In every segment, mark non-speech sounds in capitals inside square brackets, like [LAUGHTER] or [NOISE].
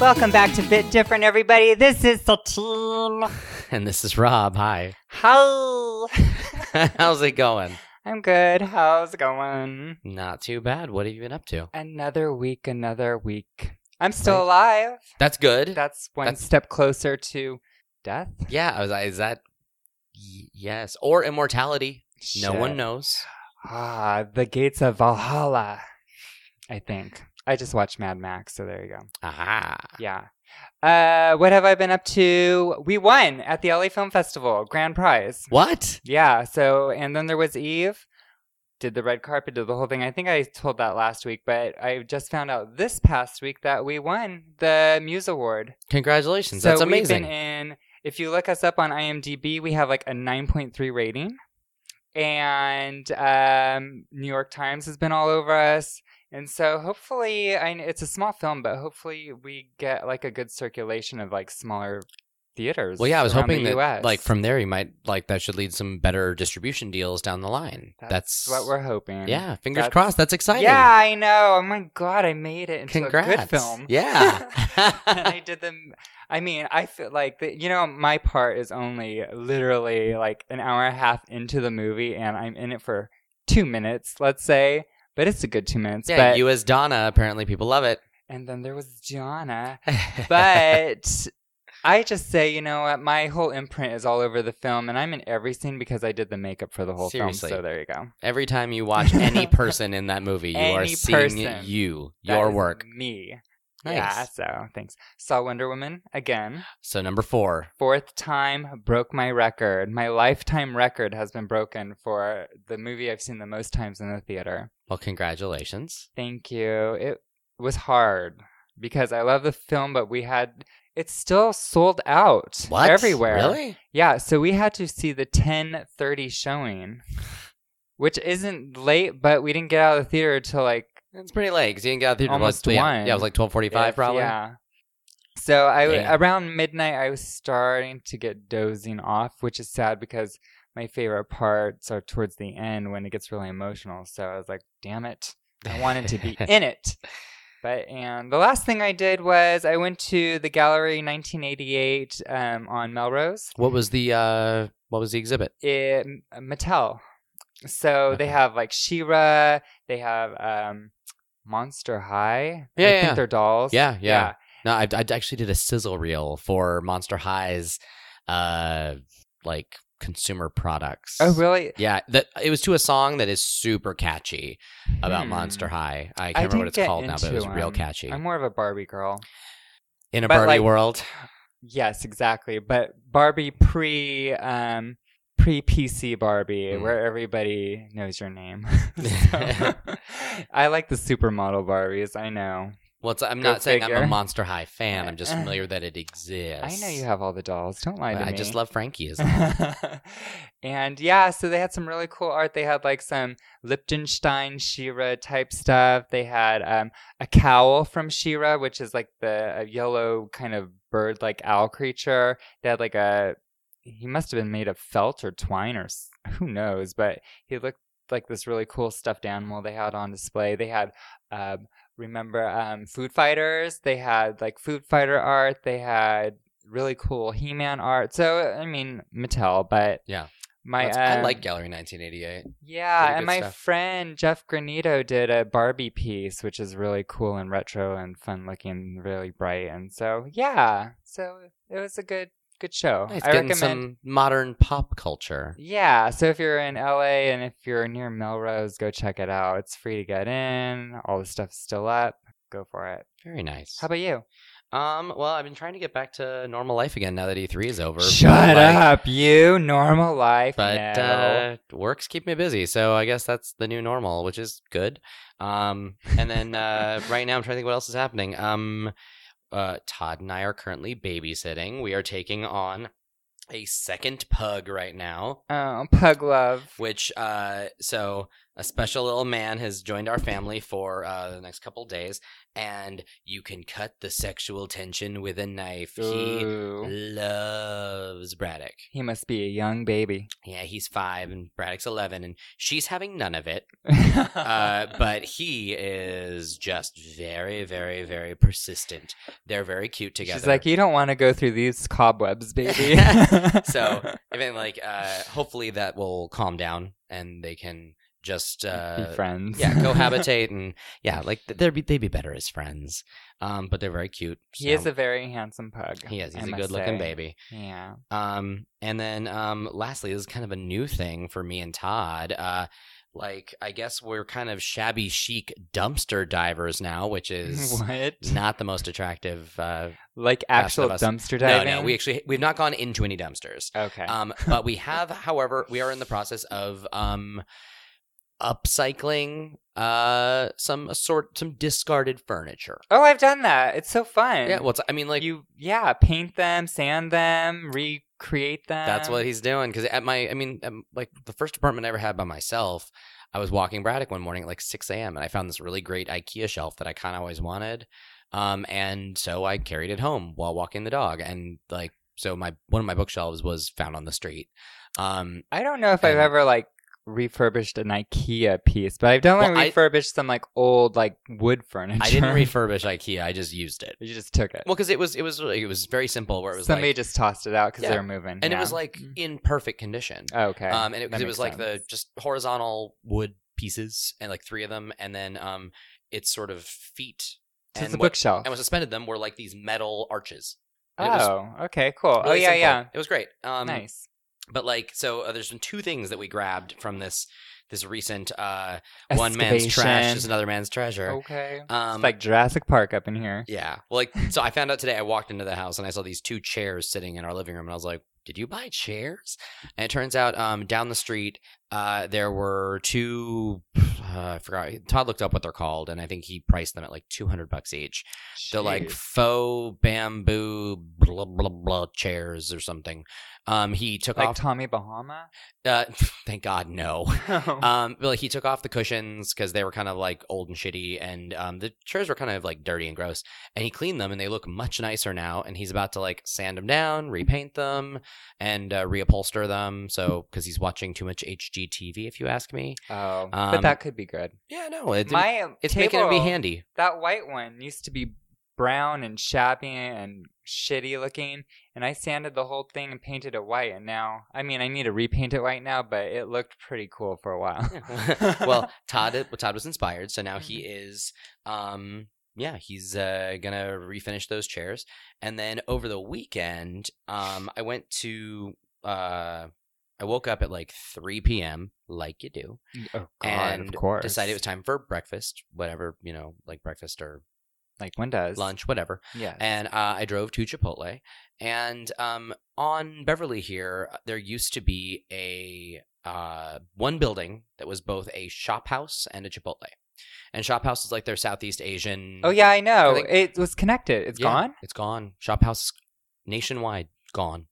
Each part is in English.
Welcome back to Bit Different, everybody. This is the team. And this is Rob. Hi. [LAUGHS] [LAUGHS] Hi. How's it going? I'm good. How's it going? Not too bad. What have you been up to? Another week, another week. I'm still alive. That's good. That's one That's- step closer to death. yeah. I was, is that y- yes or immortality? No Shit. one knows. Ah, the gates of Valhalla, I think. I just watched Mad Max, so there you go. Aha. Yeah. Uh, what have I been up to? We won at the LA Film Festival, grand prize. What? Yeah. So, and then there was Eve, did the red carpet, did the whole thing. I think I told that last week, but I just found out this past week that we won the Muse Award. Congratulations. so That's We've been amazing. in. If you look us up on IMDb, we have like a 9.3 rating, and um, New York Times has been all over us. And so hopefully, I, kn- it's a small film, but hopefully we get like a good circulation of like smaller theaters. Well, yeah. I was around hoping the that US. like from there you might like that should lead some better distribution deals down the line. That's, That's, what we're hoping. Yeah. Fingers That's- crossed. That's exciting. Yeah, I know. Oh my god, I made it into Congrats. a good film. [LAUGHS] and Yeah. I did them. I mean, I feel like the, you know my part is only literally like an hour and a half into the movie, and I'm in it for two minutes, let's say. But it's a good two minutes. [LAUGHS] yeah. but, You as Donna. Apparently, people love it. [LAUGHS] and then there was Jonna, but. I just say, you know what, my whole imprint is all over the film, and I'm in every scene because I did the makeup for the whole Seriously. film. So there you go. Every time [LAUGHS] you watch any person in that movie, you are Any seeing person. you, That your is work. me. Nice. Yeah, so thanks. Saw Wonder Woman again. So number four. Fourth time, broke my record. My lifetime record has been broken for the movie I've seen the most times in the theater. Well, congratulations. Thank you. It was hard because I love the film, but we had it's still sold out What? everywhere. Really? Yeah, so we had to see the 10:30 showing, which isn't late, but we didn't get out of the theater till like It's pretty late because you didn't get out through Almost yeah, one. Yeah, it was like twelve forty-five, if- probably. Yeah. So I w- Damn. around midnight I was starting to get dozing off, which is sad because my favorite parts are towards the end when it gets really emotional. So I was like, "Damn it, I wanted to be in [LAUGHS] it." But and the last thing I did was I went to the gallery 1988 um, on Melrose. What was the uh What was the exhibit? It, Mattel. So they Okay. have like Shira. They have um, Monster High. Yeah, I yeah, yeah. think they're dolls. Yeah, yeah. No, I, I actually did a sizzle reel for Monster High's, uh, like consumer products. Oh, really? Yeah, that it was to a song that is super catchy about Hmm. Monster High. I can't remember didn't what it's get called now, but it was into, real um, catchy. I'm more of a Barbie girl. in a but, Barbie like- world, Yes, exactly. But Barbie pre um pre PC Barbie, Mm. where everybody knows your [LAUGHS] name. [LAUGHS] So, [LAUGHS] I like the supermodel Barbies. I know. well, it's, I'm Go not saying I'm figure. a Monster High fan. I'm just familiar that it I exists. know you have all the dolls. Don't lie to I me. just love [LAUGHS] Frankie. Is and yeah, so they had some really cool art. They had like some Lichtenstein Shira type stuff. They had um, a cowl from Shira, which is like the a yellow kind of bird like owl creature. They had like a he must have been made of felt or twine or s- who knows, but he looked like this really cool stuffed animal they had on display. They had um, remember um, food fighters. They had like food fighter art. They had really cool He-Man art. So I mean Mattel, but Yeah. my That's- I um, like Gallery 1988. pretty yeah, good and my stuff. friend Jeff Granito did a Barbie piece, which is really cool and retro and fun looking, really bright. And so yeah, so it was a good good show. Nice, I getting recommend. some modern pop culture. Yeah, so if you're in LA and if you're near Melrose, go check it out. It's free to get in. All the stuff's still up. Go for it. Very nice. How about you? um, well, I've been trying to get back to normal life again now that E3 is over. Shut but, like- up, you normal life. But no. uh, works keep me busy, so I guess that's the new normal, which is good. Um, and then uh, right now I'm trying to think what else is happening. Um, uh, Todd and I are currently babysitting. We are taking on a second pug right now. Oh, pug love. which uh so a special little man has joined our family for uh, the next couple days, and you can cut the sexual tension with a knife. He Ooh. loves Braddock. He must be a young baby. [LAUGHS] Yeah, he's five, and Braddock's 11, and she's having none of it. Uh-huh. Uh, but he is just very, very, very persistent. They're very cute together. She's like, you don't want to go through these cobwebs, baby. [LAUGHS] so I mean, like, uh, hopefully that will calm down and they can [LAUGHS] just be uh, friends. [LAUGHS] yeah cohabitate and yeah, like th- they'd be they'd be better as friends. Um, but they're very cute. He is so- a very handsome pug. he is. I He's a must good say. looking baby. Yeah. Um, and then um, lastly, this is kind of a new thing for me and Todd. Uh, like I guess we're kind of shabby chic dumpster divers [LAUGHS] now, which is what? not the most attractive. Uh, Like Last actual of Us. dumpster no, diving? no, we actually we've not gone into any dumpsters. Okay. [LAUGHS] Um, but we have, however, we are in the process of um, upcycling uh, some sort, some discarded furniture. oh, I've done that. It's so fun. Yeah, well, it's, I mean, like you, yeah, paint them, sand them, recreate them. that's what he's doing. Because at my, I mean, um like the first apartment I ever had by myself, I was walking Braddock one morning at like six a.m. and I found this really great IKEA shelf that I kind of always wanted, um, and so I carried it home while walking the dog, and like so my one of my bookshelves was found on the street. Um, I don't know if I've And- ever like refurbished an IKEA piece, but I've definitely Well, I- refurbished some like old like wood furniture. [LAUGHS] I didn't refurbish IKEA; I just used it. you just took it. Well, because it was it was it was very simple where it was Somebody like, just tossed it out because Yeah. they were moving, and it yeah. was like Mm. in perfect condition. okay, Um, and it, That 'cause it makes was like the sense. just horizontal wood pieces and like three of them, and then um, it's sort of feet so it's and a what bookshelf. and what suspended them were like these metal arches. oh, and it was okay, cool. oh Really yeah, simple. yeah, it was great. Um, nice. but like so, uh, there's been two things that we grabbed from this this recent uh, one man's trash is Excavation. another man's treasure. Okay, Um, it's like Jurassic Park up in here. Yeah. Well, like, so I found out today I walked into the house and I saw these two chairs sitting in our living room and I was like, did you buy chairs? And it turns out um, down the street, uh, there were two, [SIGHS] uh, I forgot, Todd looked up what they're called and I think he priced them at like 200 bucks each. They're like Jeez. faux bamboo blah, blah, blah chairs or something. Um, he took like off, Tommy Bahama. [LAUGHS] [LAUGHS] Oh, uh, thank God, no. Um, but like he took off the cushions because they were kind of like old and shitty, and um, the chairs were kind of like dirty and gross. And he cleaned them, and they look much nicer now. And he's about to like sand them down, repaint them, and uh, reupholster them. So because he's watching too much HGTV, if you ask me. oh, um, but that could be good. Yeah, no, it's My it's table, making it be handy. that white one used to be brown and shabby and shitty looking and i sanded the whole thing and painted it white and now i mean i need to repaint it white now but it looked pretty cool for a while [LAUGHS] [LAUGHS] well, Todd, uh, well, Todd was inspired, so now he is. Um, yeah, he's uh, gonna refinish those chairs, and then over the weekend, um, I went to. Uh, I woke up at like 3 p.m. like you do, oh, God, and of course decided it was time for breakfast, whatever you know, like breakfast or like when does lunch, whatever yeah and uh, I drove to Chipotle. And um, on Beverly here, uh, there used to be a uh, one building that was both a shop house and a Chipotle. And shop house is like their Southeast Asian. oh yeah i know I think- it was connected It's Yeah, gone It's gone. Shop house nationwide gone.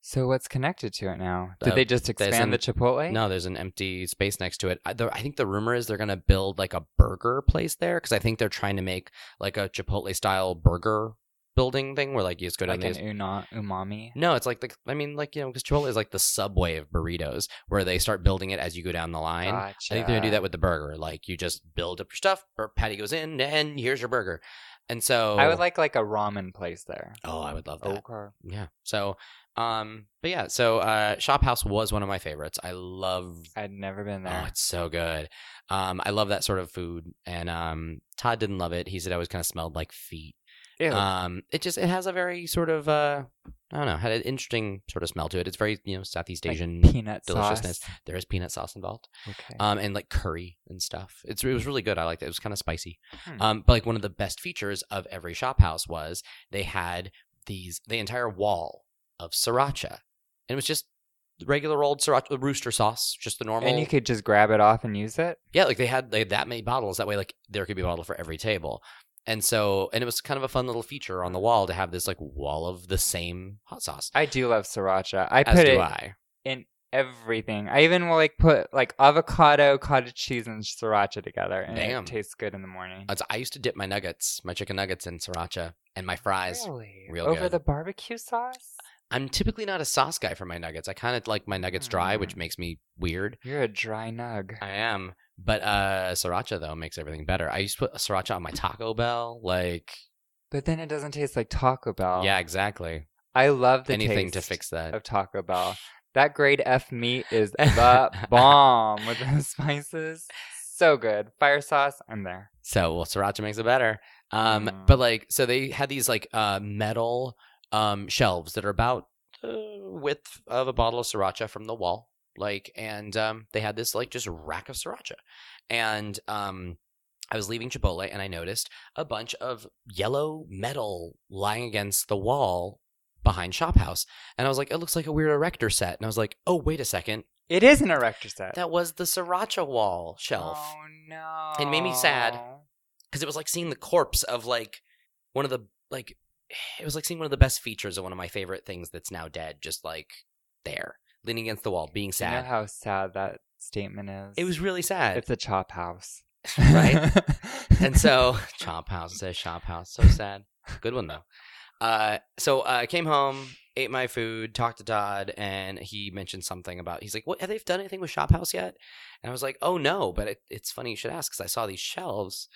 so what's connected to it now did Uh, they just there's expand an- the chipotle No, there's an empty space next to it. I, the, I think the rumor is they're gonna build like a burger place there because I think they're trying to make like a Chipotle style burger building thing where like you just go down like an these una- umami No, it's like the. I mean, like you know, because Chipotle is like the subway of burritos, where they start building it as you go down the line. I think they're gonna do Gotcha. that with the burger. Like you just build up your stuff, or patty goes in, and here's your burger. And so i would like like a ramen place there Oh, I would love that. okay Yeah. So, um, but yeah. So, uh, Shop House was one of my favorites. I love. i'd never been there Oh, it's so good. Um, I love that sort of food. And um, Todd didn't love it. He said I was kind of smelled like feet. Ew. Um, it just it has a very sort of uh, I don't know, had an interesting sort of smell to it. It's very you know Southeast Like Asian. peanut deliciousness. sauce. Uh, there is peanut sauce involved, okay um, and like curry and stuff. It's Mm. it was really good. I liked it. It was kind of spicy. Hmm. Um, but like one of the best features of every shop house was they had these the entire wall of sriracha, and it was just regular old sriracha uh, rooster sauce, just the normal. And you could just grab it off and use it. Yeah, like they had they had that many bottles. That way, like there could be a bottle for every table. And so, and it was kind of a fun little feature on the wall to have this like wall of the same hot sauce. I do love sriracha. I As put do it I. in everything. I even will like put like avocado, cottage cheese, and sriracha together, and Damn. it tastes good in the morning. As I used to dip my nuggets, my chicken nuggets in sriracha and my fries. Really? real Over good. the barbecue sauce? I'm typically not a sauce guy for my nuggets. I kind of like my nuggets dry, which Mm. makes me weird. You're a dry nug. I am. But uh sriracha though makes everything better. I used to put sriracha on my Taco Bell, like But then it doesn't taste like Taco Bell. yeah, exactly. I love Oh. the Anything to taste fix that. of Taco Bell. That grade F meat [LAUGHS] is the bomb with those [LAUGHS] spices. So good. Fire sauce, I'm there. So well, sriracha makes it better. Um, Mm. but like, so they had these like uh metal um shelves that are about the width of a bottle of sriracha from the wall, like, and um, they had this like just rack of sriracha, and um. I was leaving Chipotle and I noticed a bunch of yellow metal lying against the wall behind Shop House. And I was like, it looks like a weird erector set. And I was like, oh, wait a second. It is an erector set. That was the sriracha wall shelf. Oh no. It made me sad. because it was like seeing the corpse of like one of the like it was like seeing one of the best features of one of my favorite things that's now dead just like there leaning against the wall being You know sad how sad that statement is. it was really sad It's a chop house, [LAUGHS] [LAUGHS] right and so chop house it says shop house so sad good one though uh so uh, i came home ate my food talked to todd and he mentioned something about he's like what have they done anything with shop house yet and i was like oh no but it, it's funny you should ask because i saw these shelves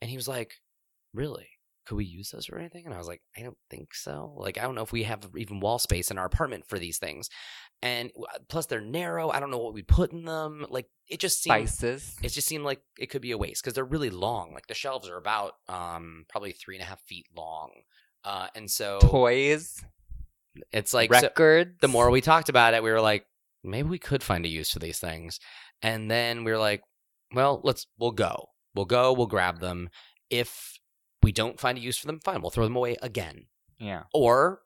and he was like really could we use those for anything and i was like i don't think so like i don't know if we have even wall space in our apartment for these things and uh, plus they're narrow i don't know what we'd put in them like it just seems spices. it just seemed like it could be a waste because they're really long. Like the shelves are about um probably three and a half feet long, uh, and so toys, it's like so- records. the more we talked about it, we were like, maybe we could find a use for these things, and then we were like, well, let's we'll go, we'll go, we'll grab them. If we don't find a use for them, fine, we'll throw them away again, yeah, or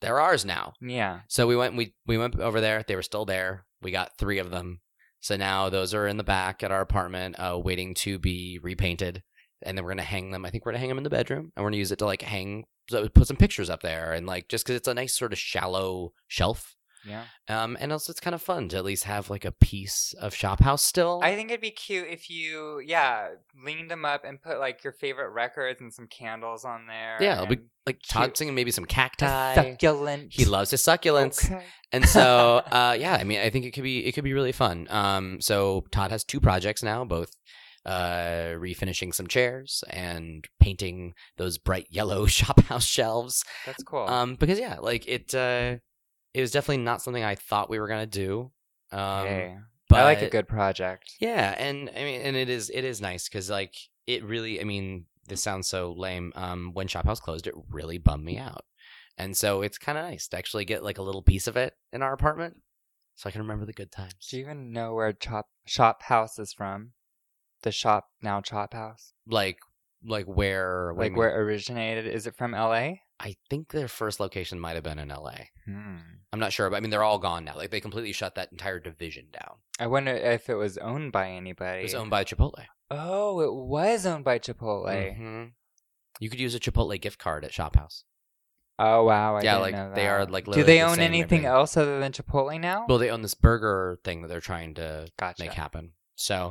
they're ours now. yeah, So we went we we went over there. They were still there. We got three of them. So now those are in the back at our apartment, uh, waiting to be repainted. And then we're gonna hang them. I think we're gonna hang them in the bedroom, and we're gonna use it to like hang, so put some pictures up there, and like just because it's a nice sort of shallow shelf. yeah. Um, and also it's kind of fun to at least have like a piece of shop house still. I think it'd be cute if you, yeah, leaned them up and put like your favorite records and some candles on there. yeah, it'll be and like Todd cute. singing maybe some a cacti. succulent. He loves his succulents. Okay. And so, [LAUGHS] uh, yeah, I mean, I think it could be it could be really fun. Um, so Todd has two projects now, both uh, refinishing some chairs and painting those bright [LAUGHS] yellow shop house shelves. That's cool. Um, because yeah, like it, uh, it was definitely not something I thought we were gonna do. Um, Hey, but I like a good project. yeah, and I mean, and it is it is nice because like it really, I mean, this sounds so lame. Um, when Shop House closed, it really bummed me out, and so it's kind of nice to actually get like a little piece of it in our apartment, so I can remember the good times. Do you even know where Chop Shop House is from? The shop now Chop House, Like, like where? what do you like mean? where it originated. Is it from L.A.? I think their first location might have been in L.A. Hmm. I'm not sure, but I mean, they're all gone now. Like they completely shut that entire division down. I wonder if it was owned by anybody. It was owned by Chipotle. oh, it was owned by Chipotle. Mhm. You could use a Chipotle gift card at Shop House. Oh wow! I Yeah, didn't like, know they are, that. like, Do they literally the own same and anything everything. else other than Chipotle now? Well, they own this burger thing that they're trying to gotcha. make happen. So,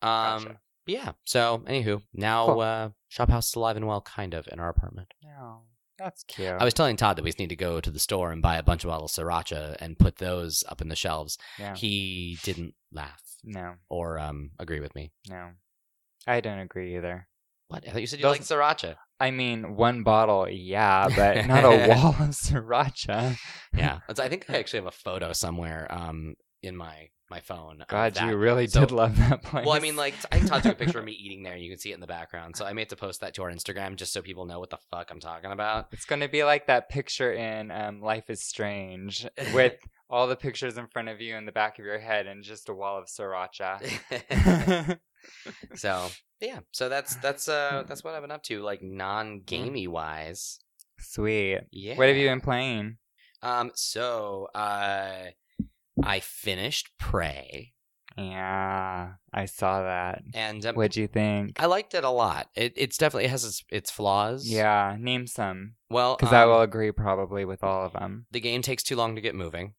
um, Gotcha. but yeah. So, anywho, now Cool. uh, Shop House is alive and well, kind of, in our apartment. No, that's cute. I was telling Todd that we just need to go to the store and buy a bunch of bottles of sriracha and put those up in the shelves. yeah. He didn't laugh no, or um, agree with me. no, I don't agree either. What? I thought you said you Those- liked sriracha. I mean, one bottle, yeah, but not [LAUGHS] a wall of sriracha. [LAUGHS] Yeah. That's- I think I actually have a photo somewhere um, in my, my phone. of God, that. you really So- did [LAUGHS] love that place. [LAUGHS] Well, I mean, like, I think Todd took a [LAUGHS] picture of me eating there and you can see it in the background. So I may have to post that to our Instagram just so people know what the fuck I'm talking about. Uh, [LAUGHS] It's gonna be like that picture in um, Life is Strange [LAUGHS] with all the pictures in front of you and the back of your head and just a wall of [LAUGHS] sriracha. so yeah [SIGHS] so that's that's uh that's Hmm. what i've been up to like non-gamey wise Sweet. yeah What have you been playing? um so uh i finished prey Yeah, I saw that. and um, What'd you think? i liked it a lot it, it's definitely it has its, its flaws Yeah, name some well because I um, will agree probably with all of them. the game takes too long to get moving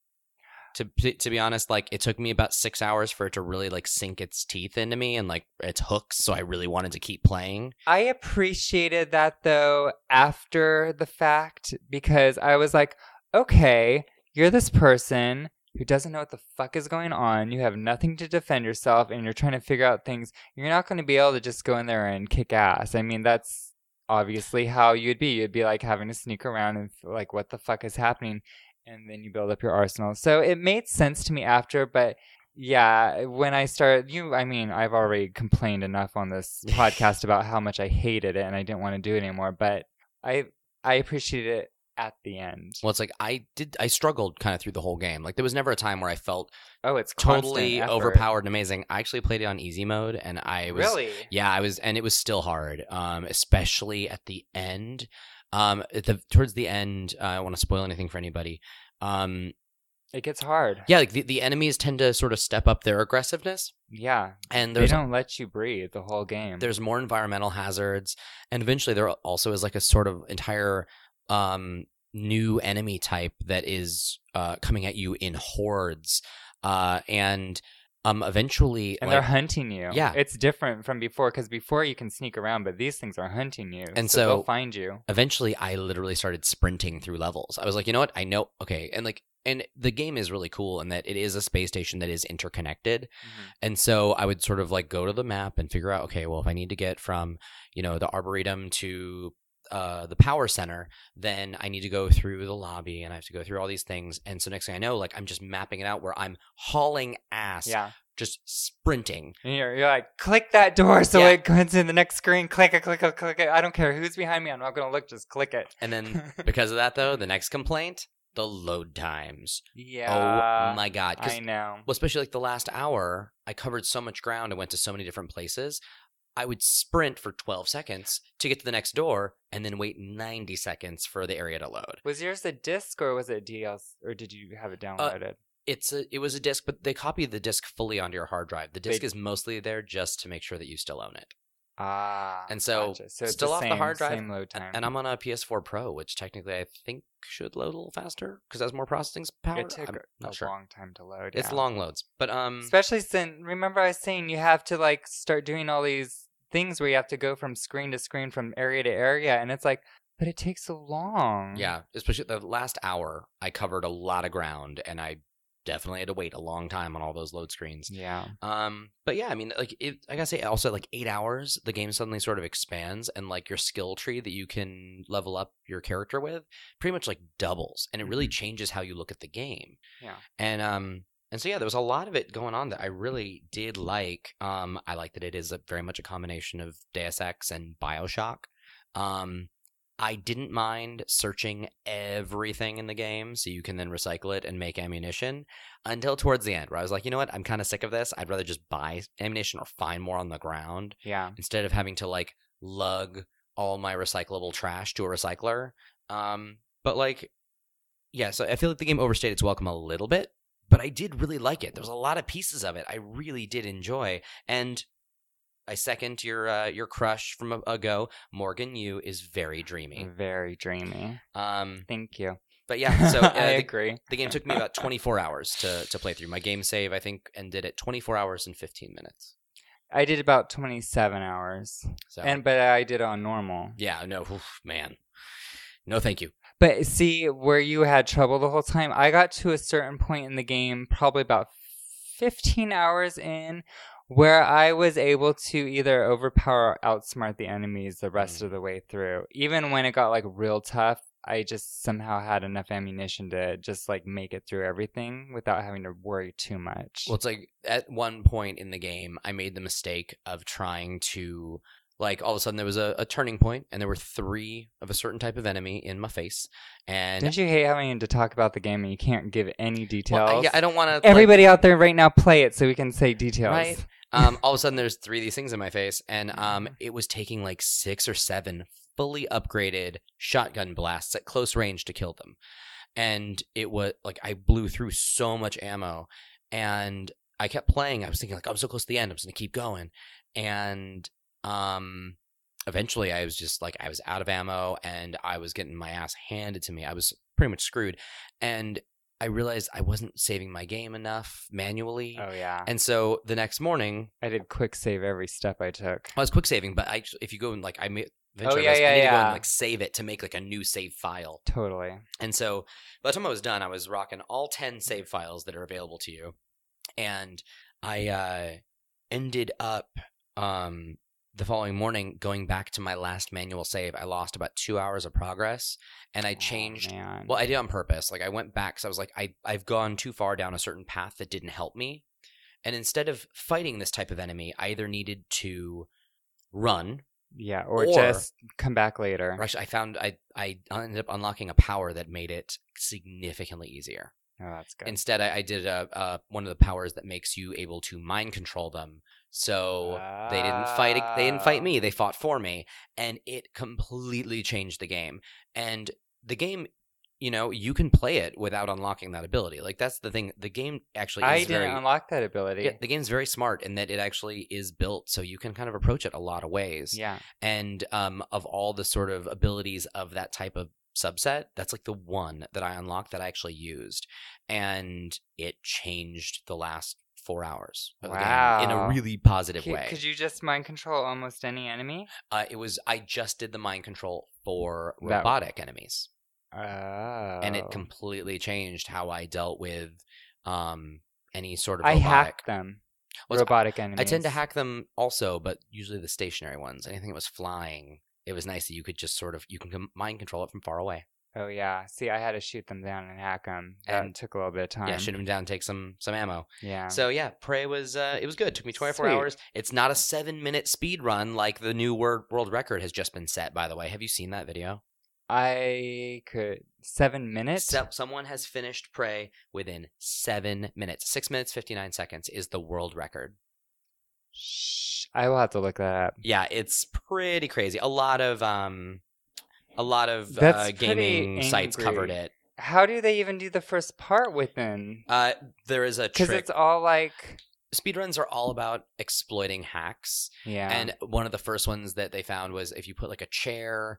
to to be honest, like it took me about six hours for it to really like sink its teeth into me and like its hooks. So I really wanted to keep playing. I appreciated that though after the fact because I was like, okay, you're this person who doesn't know what the fuck is going on. You have nothing to defend yourself and you're trying to figure out things. You're not going to be able to just go in there and kick ass. I mean, that's obviously how you'd be. You'd be like having to sneak around and feel like, what the fuck is happening? And then you build up your arsenal. So it made sense to me after, but yeah, when I started, you, I mean, I've already complained enough on this podcast about how much I hated it and I didn't want to do it anymore, but I, I appreciated it at the end. Well, it's like I did. I struggled kind of through the whole game. Like there was never a time where I felt Oh, it's totally constant effort. overpowered and amazing. I actually played it on easy mode, and I was Really? Yeah, I was, and it was still hard, um, especially at the end. Um, at the towards the end, uh, I don't want to spoil anything for anybody. Um, It gets hard. yeah, like the, the enemies tend to sort of step up their aggressiveness, Yeah. and They there's don't let you breathe the whole game. there's more environmental hazards, and eventually there also is like a sort of entire um, new enemy type that is uh, coming at you in hordes, uh, and um, eventually and like- they're hunting you. Yeah. It's different from before because before you can sneak around, but these things are hunting you. And they'll so- find you. eventually I literally started sprinting through levels. I was like, you know what? I know. Okay. And like, and the game is really cool in that it is a space station that is interconnected. And so I would sort of like go to the map and figure out, okay, well, if I need to get from, you know, the Arboretum to uh, the power center, then I need to go through the lobby and I have to go through all these things. And so next thing I know, like, I'm just mapping it out where I'm hauling ass, Yeah. just sprinting. And you're, you're like, click that door so Yeah. it goes in the next screen. Click it, click it, click it. I don't care who's behind me. I'm not going to look. Just click it. [LAUGHS] And then because of that, though, the next complaint, the load times. yeah. oh my God. 'Cause I know. well, especially like the last hour, I covered so much ground and went to so many different places. I would sprint for 12 seconds to get to the next door and then wait 90 seconds for the area to load. Was yours a disc or was it DLC or did you have it Uh, downloaded? It's a, it was a disc, but they copied the disc fully onto your hard drive. The They- disc is mostly there just to make sure that you still own it. ah. and so, gotcha. so it's still off the same- hard drive, Same load time. And I'm on a PS4 Pro, which technically I think should load a little faster because has more processing power. it took I'm a not sure. long time to load. It's yeah. long loads, but um, Especially since remember I was saying you have to like start doing all these things where you have to go from screen to screen, from area to area, and it's like, but it takes so long. Yeah, especially the last hour, I covered a lot of ground, and I definitely had to wait a long time on all those load screens. Yeah. Um, but yeah, I mean, like, it, I gotta say, also like eight hours, the game suddenly sort of expands, and like your skill tree that you can level up your character with pretty much like doubles, and it really changes how you look at the game. Yeah. and um. And so yeah, there was a lot of it going on that I really did like. Um, I like that it is a, very much a combination of Deus Ex and Bioshock. Um, I didn't mind searching everything in the game so you can then recycle it and make ammunition until towards the end where I was like, you know what? I'm kind of sick of this. I'd rather just buy ammunition or find more on the ground Yeah. instead of having to like lug all my recyclable trash to a recycler. Um, but like, yeah, so I feel like the game overstayed its welcome a little bit, but I did really like it. There's a lot of pieces of it I really did enjoy. And I second your uh, your crush from a- ago. Morgan, you is very dreamy. Very dreamy. Um, Thank you. but yeah, so uh, [LAUGHS] I the, agree. the game took me about 24 hours to to play through. My game save I think ended at 24 hours and 15 minutes. I did about twenty seven hours. So And but I did it on normal. yeah, no, oof, man, no, thank you. But see, where you had trouble the whole time, I got to a certain point in the game, probably about 15 hours in, where I was able to either overpower or outsmart the enemies the rest Mm. of the way through. Even when it got like real tough, I just somehow had enough ammunition to just like make it through everything without having to worry too much. Well, it's like at one point in the game, I made the mistake of trying to like all of a sudden there was a, a turning point and there were three of a certain type of enemy in my face and Don't you hate having to talk about the game and you can't give any details? Well, I, yeah, I don't want to Everybody out there right now, play it so we can say details. Right. um, all of a sudden there's three of these things in my face and um, it was taking like six or seven fully upgraded shotgun blasts at close range to kill them and it was like i blew through so much ammo and i kept playing i was thinking like "Oh, i'm so close to the end i'm just gonna keep going and um eventually i was just like i was out of ammo and i was getting my ass handed to me i was pretty much screwed and I realized I wasn't saving my game enough manually. Oh yeah. And so the next morning, I did quick save every step I took. I was quick saving, but I actu- if you go and like I made Oh, yeah, yeah, I need to go yeah. and like save it to make like a new save file. Totally. And so by the time I was done, I was rocking all 10 save files that are available to you. And I uh, ended up um, the following morning going back to my last manual save. I lost about two hours of progress and I Oh, changed. man. well, I did on purpose. Like I went back because I was like, I, I've gone too far down a certain path that didn't help me. And instead of fighting this type of enemy, I either needed to run yeah, or, or- just come back later. or Actually, I found I I ended up unlocking a power that made it significantly easier. Oh, that's good. Instead, I, I did a, a one of the powers that makes you able to mind control them. So they didn't fight. ag- They didn't Ah. fight me. They fought for me, and it completely changed the game. And the game, you know, you can play it without unlocking that ability. Like that's the thing. The game actually. Is I didn't very, unlock that ability. yeah, the game's very smart in that it actually is built so you can kind of approach it a lot of ways yeah. and um, of all the sort of abilities of that type of subset, that's like the one that I unlocked that I actually used, and it changed the last four hours of the game in Wow. a really positive C- way. Could you just mind control almost any enemy? uh, it was I just did the mind control for That- robotic enemies, Oh. and it completely changed how I dealt with um, any sort of I robotic. hacked them. Well, it's- robotic enemies. I tend to hack them also, but usually the stationary ones. Anything that was flying, it was nice that you could just sort of you can com- mind control it from far away. Oh yeah. See, I had to shoot them down and hack them. That And- took a little bit of time. Yeah, shoot him down, take some some ammo. Yeah. So yeah, Prey was uh, it was good. took me 24 Sweet. hours. It's not a seven minute speed run like the new word world record has just been set. By the way, have you seen that video? I could seven minutes. So- someone has finished Prey within seven minutes. Six minutes fifty nine seconds is the world record. Shh. I will have to look that up. Yeah, it's pretty crazy. A lot of um, a lot of That's uh, pretty gaming sites angry. covered it. How do they even do the first part within? Uh, there is a Because trick. it's all like Speedruns are all about exploiting hacks. yeah. And one of the first ones that they found was if you put like a chair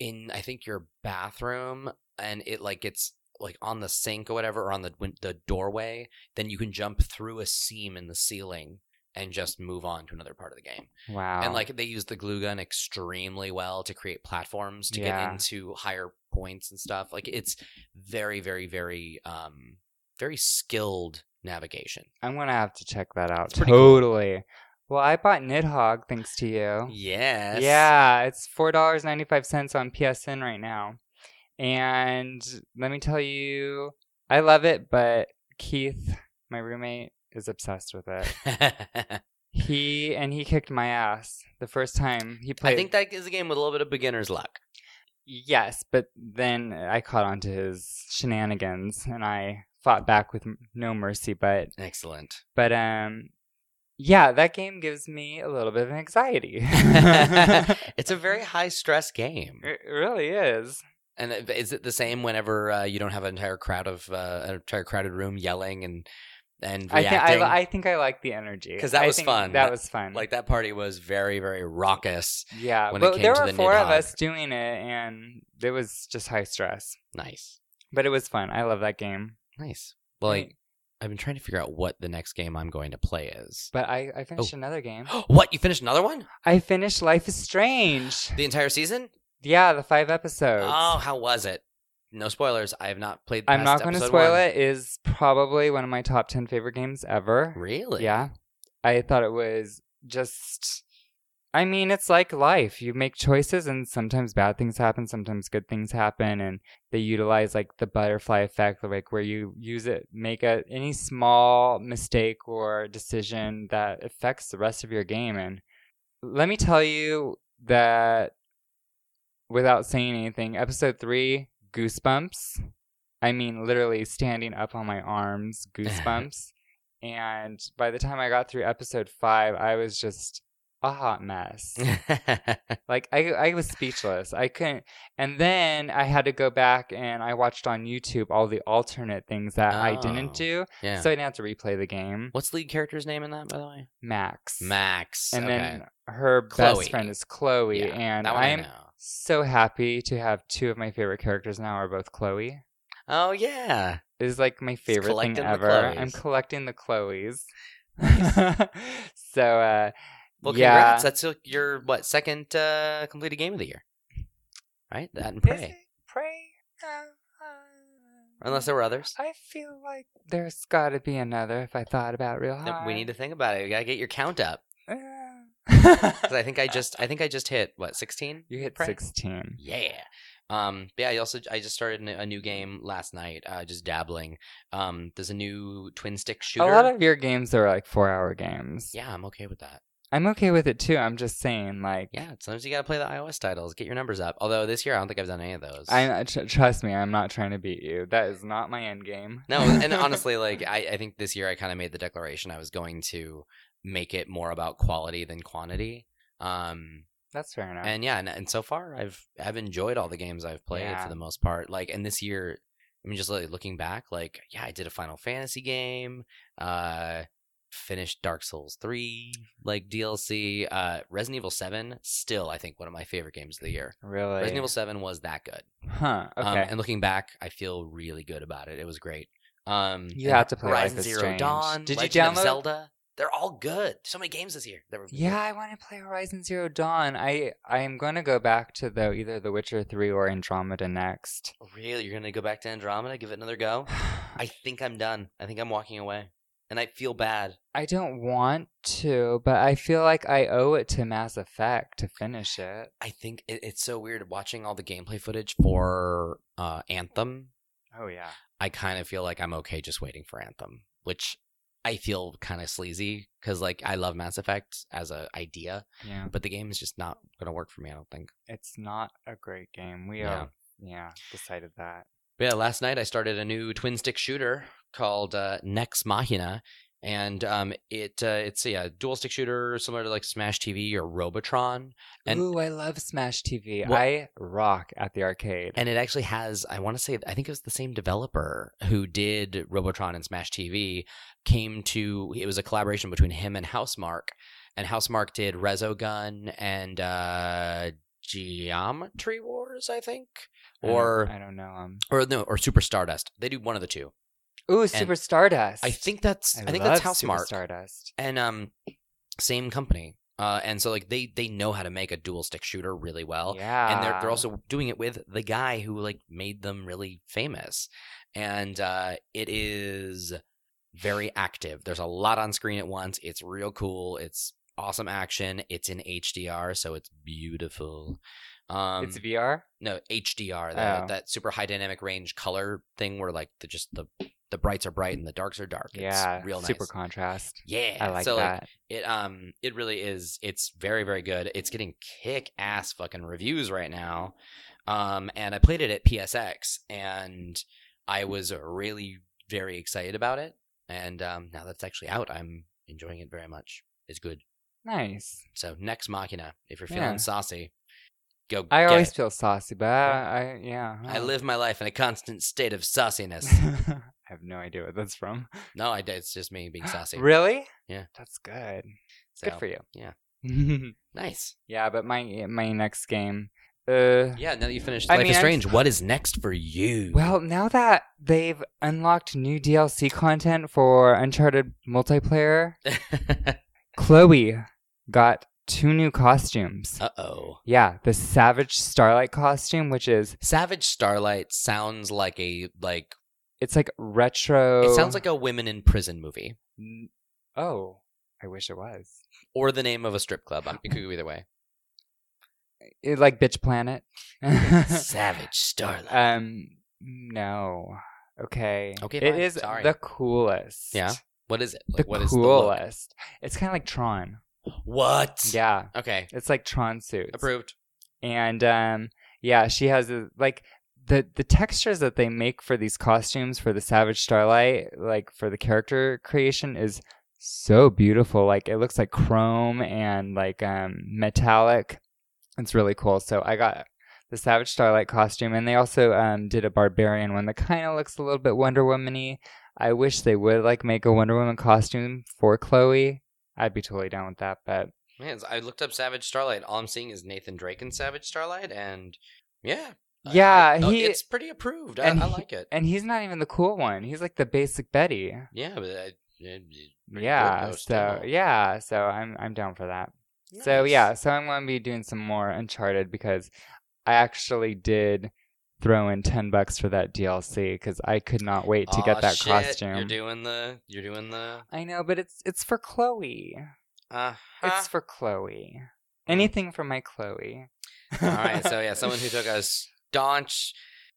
in, I think your bathroom, and it like it's like on the sink or whatever, or on the win- the doorway, then you can jump through a seam in the ceiling and just move on to another part of the game. wow. And like they use the glue gun extremely well to create platforms to Yeah. get into higher points and stuff. Like it's very, very, very, um, very skilled navigation. I'm gonna have to check that out. It's pretty cool. Totally. Well, I bought Nidhogg thanks to you. Yes. Yeah, it's four dollars ninety five cents on PSN right now, and let me tell you, I love it. But Keith, my roommate, is obsessed with it. [LAUGHS] He and he kicked my ass the first time he played. I think that is a game with a little bit of beginner's luck. yes, but then I caught on to his shenanigans, and I fought back with m- no mercy. But [LAUGHS] Excellent. [LAUGHS] but um. Yeah, that game gives me a little bit of [LAUGHS] anxiety. [LAUGHS] it it's a very high stress game. Er, really is. And it- is it the same whenever uh, you don't have an entire crowd of uh, an entire crowded room yelling and and I think I, reacting? li- I think I like the energy 'Cause that I was think fun. That That- was fun. like that party was very very raucous. yeah, when it but came there to were the four of Nidhogg. us doing it, and it was just high stress. Nice, But it was fun. I love that game. nice. Well, Right. like I've been trying to figure out what the next game I'm going to play is. [GASPS] But I, I finished Oh. another game. what you finished another one? I finished Life is Strange. The entire season? Yeah, the five episodes. Oh, how was it? No spoilers. I have not played. I'm not going to spoil it. Is probably one of my top ten favorite games ever. Really? [LAUGHS] Yeah, I thought it was just. I mean, it's like life. You make choices, and sometimes bad things happen, sometimes good things happen, and they utilize like the butterfly effect, like where you use it, make a any small mistake or decision that affects the rest of your game. And let me tell you that, without saying anything, episode three, goosebumps. I mean, literally standing up on my arms, goosebumps. and by the time I got through episode five, I was just a hot [LAUGHS] mess. Like I, I was speechless. I couldn't. And then I had to go back and I watched on YouTube all the alternate things that I Oh, didn't do, yeah. so I didn't have to replay the game. What's the lead character's name in that, by the way? Max. Max. And okay. then her Chloe. best friend is Chloe, Yeah, and that one I I'm know. so happy to have two of my favorite characters now are both Chloe. Oh yeah. is like my favorite thing collecting the ever. I'm Chloes. collecting the Chloe's. [LAUGHS] so uh Well, yeah. congrats. That's uh, your what second uh, completed game of the year, right? That and Is Prey, it Prey? Uh, uh, unless there were others. I feel like there's got to be another if I thought about real Then hard. We need to think about it. You gotta get your count up [LAUGHS] to. 'Cause I think I just I think I just hit what sixteen. you hit Prey. 16. Yeah. Um. But yeah. I also I just started a new game last night. Uh, just dabbling. Um. There's a new twin stick shooter. A lot of your games are like four hour games. yeah, I'm okay with that. I'm okay with it too. I'm just saying, like, Yeah, sometimes you gotta play the iOS titles, get your numbers up. Although this year I don't think I've done any of those. I uh, tr- trust me, I'm not trying to beat you. That is not my end game. [LAUGHS] No, and honestly, like I, I think this year I kind of made the declaration I was going to make it more about quality than quantity. Um, that's fair enough. and yeah, and, and so far I've I've enjoyed all the games I've played Yeah. for the most part. Like, and this year, I mean, just like looking back, like yeah, I did a Final Fantasy game, uh, finished Dark Souls three, like DLC, uh, Resident Evil seven, still I think one of my favorite games of the year. really? Resident Evil seven was that good. Huh. Okay. Um, and looking back, I feel really good about it. It was great. Um, You and have to play Life Horizon is Zero Strange. Dawn. Did you Legend of download- Zelda? They're all good. So many games this year. They were- yeah, I want to play Horizon Zero Dawn. I I am going to go back to though either The Witcher 3 or Andromeda next. Really, you're gonna go back to Andromeda, give it another go? I think I'm done. I think I'm walking away, and I feel bad. I don't want to, but I feel like I owe it to Mass Effect to finish it. I think it, it's so weird watching all the gameplay footage for uh, Anthem. Oh yeah. I kind of feel like I'm okay just waiting for Anthem, which I feel kind of sleazy because like I love Mass Effect as a idea, Yeah. but the game is just not gonna work for me. I don't think. It's not a great game. We Yeah. are yeah, decided that. But yeah, last night I started a new twin stick shooter called uh, Nex Machina, and um, it uh, it's yeah, a dual stick shooter similar to like Smash TV or Robotron, And- Ooh, I love Smash TV. What- I rock at the arcade. and it actually has I want to say I think it was the same developer who did Robotron and Smash TV came to it was a collaboration between him and Housemark, and Housemark did Rezogun and uh, Geometry Wars I think, I don't- or I don't know. Um, or no or Super Stardust. They do one of the two. ooh, Super Stardust. I think that's I, think love that's Housemark. Super Stardust. and um same company uh and so like they they know how to make a dual stick shooter really well yeah. and they're they're also doing it with the guy who like made them really famous and uh it is very active there's a lot on screen at once it's real cool it's awesome action it's in HDR so it's beautiful um it's VR. no HDR Oh. that that super high dynamic range color thing where like the just the the brights are bright and the darks are dark Yeah, it's real nice super contrast. yeah I like so, that. it um it really is it's very very good it's getting kick ass fucking reviews right now um and i played it at psx and i was really very excited about it and um now that's actually out i'm enjoying it very much it's good nice. so next machina if you're feeling Yeah. saucy go I get always Oh. it. feel saucy, but I, I yeah. i live my life in a constant [LAUGHS] state of sauciness [LAUGHS] I have no idea what that's from. no i it's just me [GASPS] being saucy Really? Yeah. That's good. so, good for you. yeah. Yeah. nice [LAUGHS] yeah, but my eh, my next game. Uh, yeah now that you finished I life mean, is I'm- strange what is next for you [LAUGHS] well, now that they've unlocked new DLC content for Uncharted [LAUGHS] multiplayer, Chloe got two new costumes. Uh oh. yeah, the Savage Starlight costume, which is Savage Starlight sounds like a like it's like retro. it sounds like a women in prison movie N- Oh, I wish it was. or the name of a strip club. Um, It could go [LAUGHS] either way. It, like Bitch Planet. [LAUGHS] [LAUGHS] Savage Starlight. um, no. Okay. Okay, It fine. is Sorry. the coolest. Yeah? what is it? The Like, what is the look? coolest. it's kind of like Tron. What? Yeah. Okay. It's like Tron suits. Approved. And um, yeah, she has a, like the the textures that they make for these costumes for the Savage Starlight, like for the character creation, is so beautiful. Like it looks like chrome and like um metallic. It's really cool. So I got the Savage Starlight costume, and they also um did a Barbarian one that kind of looks a little bit Wonder Woman-y. I wish they would like make a Wonder Woman costume for Chloe. I'd be totally down with that, but Man, I looked up Savage Starlight. All I'm seeing is Nathan Drake in Savage Starlight, and yeah, Yeah, oh, he- it's pretty approved. I, and I he- like it. And he's not even the cool one. He's like the basic Betty. Yeah, but I, yeah, pretty Yeah. So good still. yeah. So I'm I'm down for that. So Nice. yeah. So I'm gonna be doing some more Uncharted because I actually did throw in ten bucks for that DLC because I could not wait to Aw, get that shit, costume. You're doing the. You're doing the. I know, but it's it's for Chloe. Uh, It's for Chloe. Anything for my Chloe. [LAUGHS] All right. Mm. So yeah, someone who took a staunch,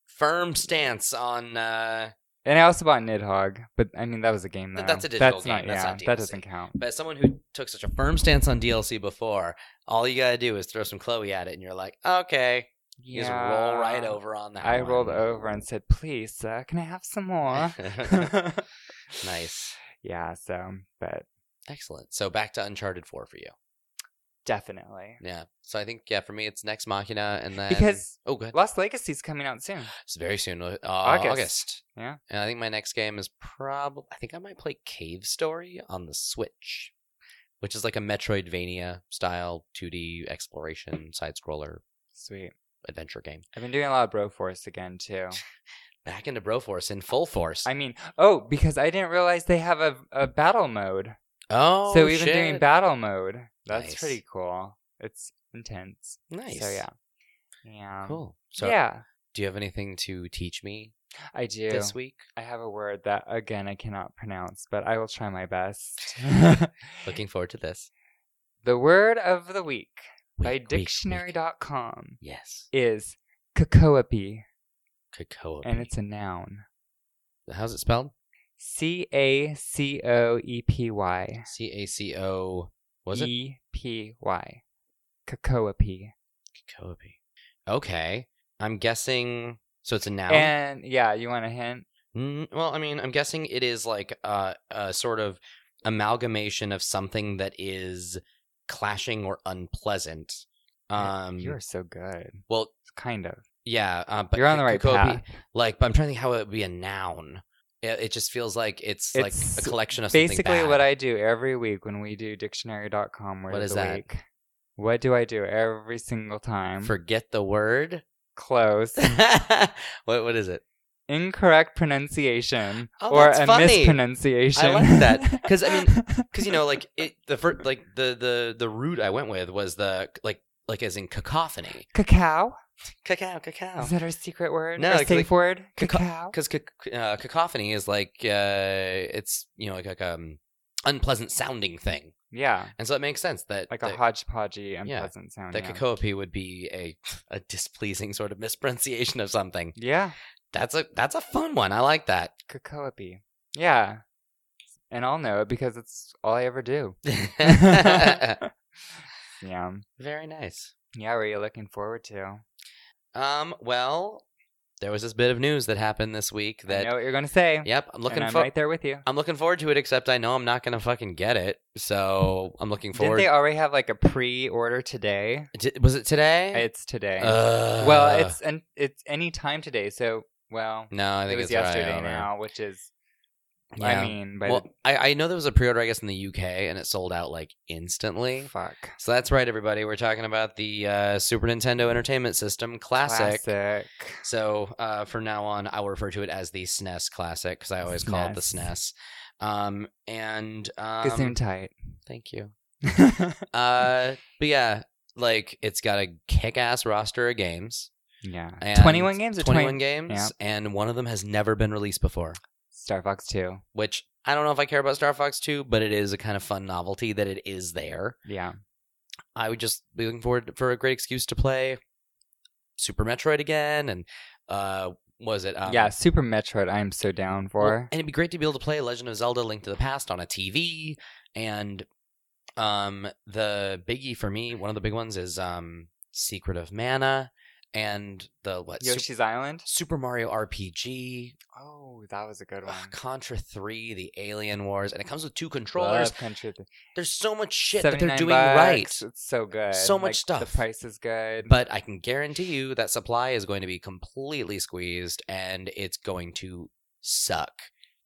firm stance on. uh And I also bought Nidhogg, but I mean that was a game though. Th- that's a digital that's Not, game, that's yeah, not that DLC. doesn't count. But someone who took such a firm stance on DLC before, all you gotta do is throw some Chloe at it, and you're like, okay, you just roll right Yeah. over on that. I one. rolled over and said, "Please, sir, can I have some more?" [LAUGHS] [LAUGHS] nice, yeah. So, but excellent. So back to Uncharted Four for you. definitely Yeah. So I think yeah, for me it's next Machina, and then because oh good, Lost Legacy's coming out soon. it's very soon. Uh, August. August. Yeah. And I think my next game is probably I think I might play Cave Story on the Switch, which is like a Metroidvania style 2D exploration side scroller Sweet. adventure game. I've been doing a lot of Broforce again too. Back into Broforce in full force. I mean, oh, because I didn't realize they have a, a battle mode. oh, so we've shit. been doing battle mode. That's Nice. pretty cool. It's intense. nice. So yeah. Yeah. Cool. So yeah, do you have anything to teach me I do. this week? I have a word that again I cannot pronounce, but I will try my best. [LAUGHS] Looking forward to this. [LAUGHS] the word of the week by Week, week, week. dictionary.com Yes. is cacoapy, Cocoa. and it's a noun. How's it spelled? C A C O E P Y. C A C O. Was it? E P Y. Cacoapy. Kobe. Okay. I'm guessing. So it's a noun. And yeah, you want a hint? Mm, well, I mean, I'm guessing it is like uh, a sort of amalgamation of something that is clashing or unpleasant. Um. You're so good. Well, Kind of. yeah. Uh, but You're on the right Kobe, path. Like, but I'm trying to think how it would be a noun. It, it just feels like it's, It's like a collection of something Basically, bad. what I do every week when we do dictionary.com word What of is the that? week. What do I do every single time? forget the word. [LAUGHS] Close. what what is it? Incorrect pronunciation Oh, or that's a funny. mispronunciation. I like that, 'cause, [LAUGHS] I mean, Because you know, like it, the first, like the the the root I went with was the like like as in cacophony. cacao Cacao, is cacao. that our secret word? Oh. No, our it's safe like- word. Caca- Cacao. Because uh, cacophony is like uh, it's you know like, like um unpleasant sounding thing, Yeah, and so it makes sense that like a that, hodgepodgey, unpleasant sound. that yeah. cacophony would be a a displeasing sort of mispronunciation of something. Yeah, That's a that's a fun one. I [LAUGHS] like that. [LAUGHS] cacaoapy. Yeah, and I'll know it because it's all I ever do. yeah, Very nice. yeah. What are you looking forward to? Um. Well, there was this bit of news that happened this week I know that. what you're gonna say. Yep, I'm and looking I'm for. right there with you. I'm looking forward to it, except I know I'm not gonna fucking get it. So I'm looking Didn't forward. they already have like a pre-order today? Di- was it today? It's today. Ugh. well, it's and it's any time today. So well, no. I it think was it's alright yesterday over. now, which is Yeah. I mean, by well, I, I know there was a pre-order, I guess, in the UK, and it sold out like the, instantly. fuck So that's right, everybody. We're talking about the uh, Super Nintendo Entertainment System Classic. classic. So uh, from now on, I'll refer to it as the SNES Classic because I always call it the SNES. SNES. Um, and [LAUGHS] um, Gesundheit. thank you. tight. Uh, but yeah, like it's got a kick-ass roster of games. yeah, and- twenty-one games or 21 twenty games, yeah. and one of them has never been released before. Star Fox Two. Which I don't know if I care about Star Fox 2, but it is a kind of fun novelty that it is there. Yeah, I would just be looking forward for a great excuse to play Super Metroid again, and uh, what was it? Um, yeah. Super Metroid. I am so down well, for. and it'd be great to be able to play Legend of Zelda: Link to the Past on a TV. And um, the biggie for me, one of the big ones, is um, Secret of Mana, and the what? Sup- Yoshi's Island. Super Mario RPG, Oh, that was a good one. Ugh, uh, Contra 3, the Alien Wars, and it comes with two controllers. Love Country. There's so much shit that they're 79 doing bucks. right. It's so good. So much Like, stuff. The price is good. But I can guarantee you that supply is going to be completely squeezed and it's going to suck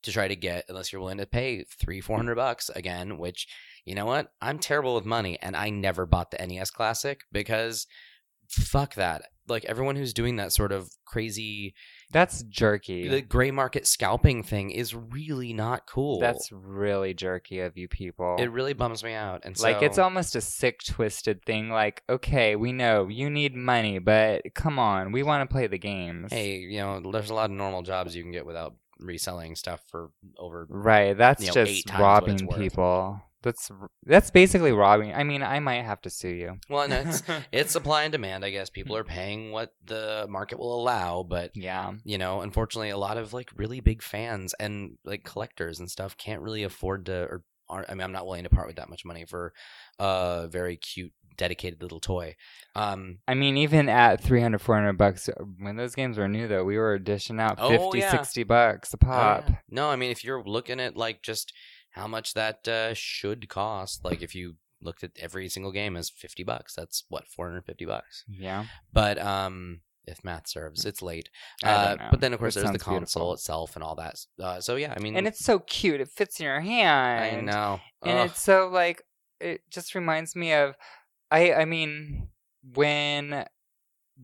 to try to get unless you're willing to pay three, four hundred bucks again, which you know what? E I'm terrible with money and I never bought the NES classic because fuck that. like everyone who's doing that sort of crazy That's jerky. the gray market scalping thing is really not cool. That's really jerky of you people. it really bums me out. And like it's so- almost a sick twisted thing like okay we know you need money but come on we want to play the games hey, you know, there's a lot of normal jobs you can get without reselling stuff for over. right that's you know, eight just times what it's robbing worth. people that's r- that's basically robbing i mean i might have to sue you Well, no, it's it's supply and demand. I guess people are paying what the market will allow, but [LAUGHS] yeah you know, unfortunately, a lot of like really big fans and like collectors and stuff can't really afford to, or aren't, I mean, I'm not willing to part with that much money for a very cute, dedicated little toy. Um, i mean even at 300 400 bucks uh, when those games were new though we were dishing out Oh, 50 yeah. 60 bucks a oh, pop yeah. No, I mean, if you're looking at like just how much that uh, should cost, like if you looked at every single game as 50 bucks, that's what, 450 bucks. yeah, But, um, if math serves, it's late. I Uh, don't know. but then, of course, That there's the sounds beautiful. console itself and all that. Uh, so yeah, I mean, and it's so cute it fits in your I hand know, and Ugh. it's so like it just reminds me of i i mean when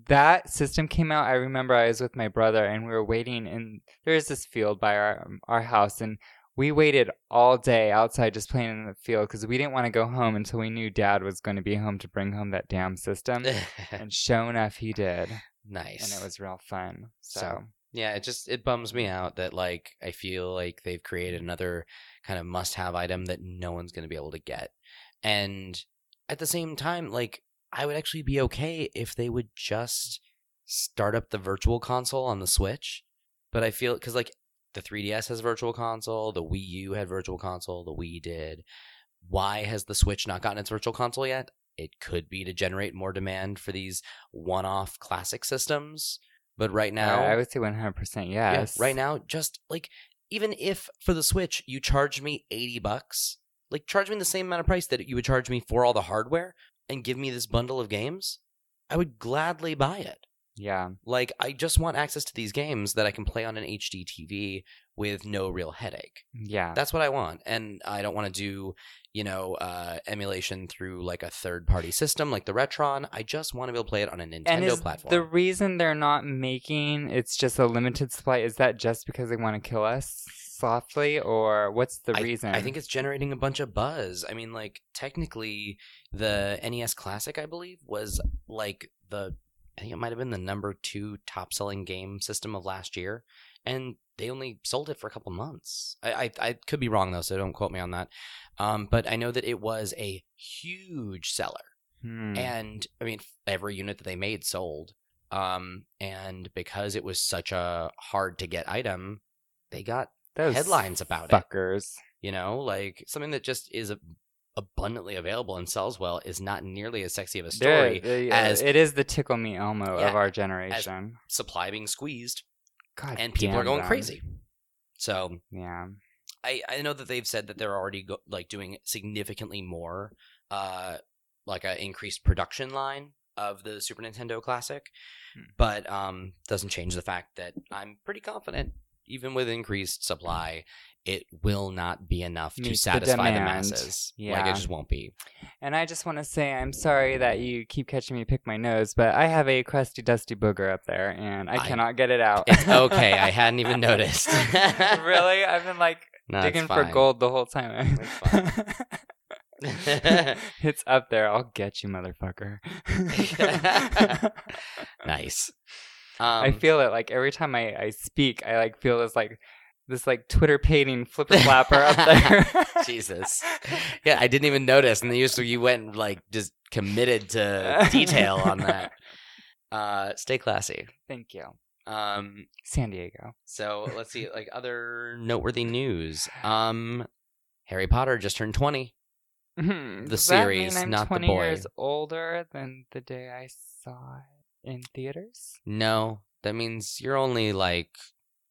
that system came out i remember i was with my brother and we were waiting and there is this field by our um, our house and we waited all day outside just playing in the field because we didn't want to go home until we knew dad was going to be home to bring home that damn [LAUGHS] system [LAUGHS] and sure enough he did nice. and it was real fun so, So- yeah it just it bums me out that like i feel like they've created another kind of must have item that no one's going to be able to get and at the same time like i would actually be okay if they would just start up the virtual console on the switch but i feel because like the 3ds has virtual console the wii u had virtual console the wii did why has the switch not gotten its virtual console yet it could be to generate more demand for these one-off classic systems but right now I would say 100% yeah, yes. right now, just like even if for the Switch you charge me eighty bucks, like charge me the same amount of price that you would charge me for all the hardware, and give me this bundle of games, I would gladly buy it. Yeah. Like I just want access to these games that I can play on an HD TV with no real headache. Yeah. That's what I want, and I don't want to do, you know, uh, emulation through like a third-party system like the Retron. I just want to be able to play it on a Nintendo and is platform. the reason they're not making it's just a limited supply is that just because they want to kill us softly or what's the reason I think it's generating a bunch of buzz. I mean, like technically, the NES Classic, I believe, was like the I think it might have been the number two top selling game system of last year, and they only sold it for a couple months. I I, I could be wrong though, so don't quote me on that. Um, but I know that it was a huge seller Hmm. and I mean every unit that they made sold. Um, and because it was such a hard to get item, they got Those headlines about it fuckers you know like something that just is ab- abundantly available and sells well is not nearly as sexy of a They're- story they- uh, as- it is the tickle me elmo Yeah, of our generation supply being squeezed God and people are damn going them. crazy so yeah i i know that they've said that they're already go- like doing significantly more uh like a increased production line of the super nintendo classic Hmm. but um doesn't change the fact that i'm pretty confident even with increased supply it will not be enough to Meets the satisfy the, demand. masses like it Yeah. just won't be and i just want to say i'm sorry that you keep catching me pick my nose but i have a crusty dusty booger up there and i, I- cannot get it out It's okay. I hadn't even noticed. [LAUGHS] really i've been like [LAUGHS] No, it's digging for fine. gold the whole time. It's [LAUGHS] it's up there. I'll get you, motherfucker. [LAUGHS] [LAUGHS] nice. I Um, feel [LAUGHS] it like every time I, I speak, I like feel this like this like Twitter pating flipper flapper [LAUGHS] up there. Jesus. Yeah, I didn't even notice, and you so you went and, like just committed to detail [LAUGHS] on that. Uh, stay classy. [LAUGHS] Thank you, Um, San Diego. so let's see, like other noteworthy news. Um, Harry Potter just turned twenty. Mhm. The Does that mean series, I'm not the 20 boy. Years older than the day I saw it in theaters. No, that means you're only like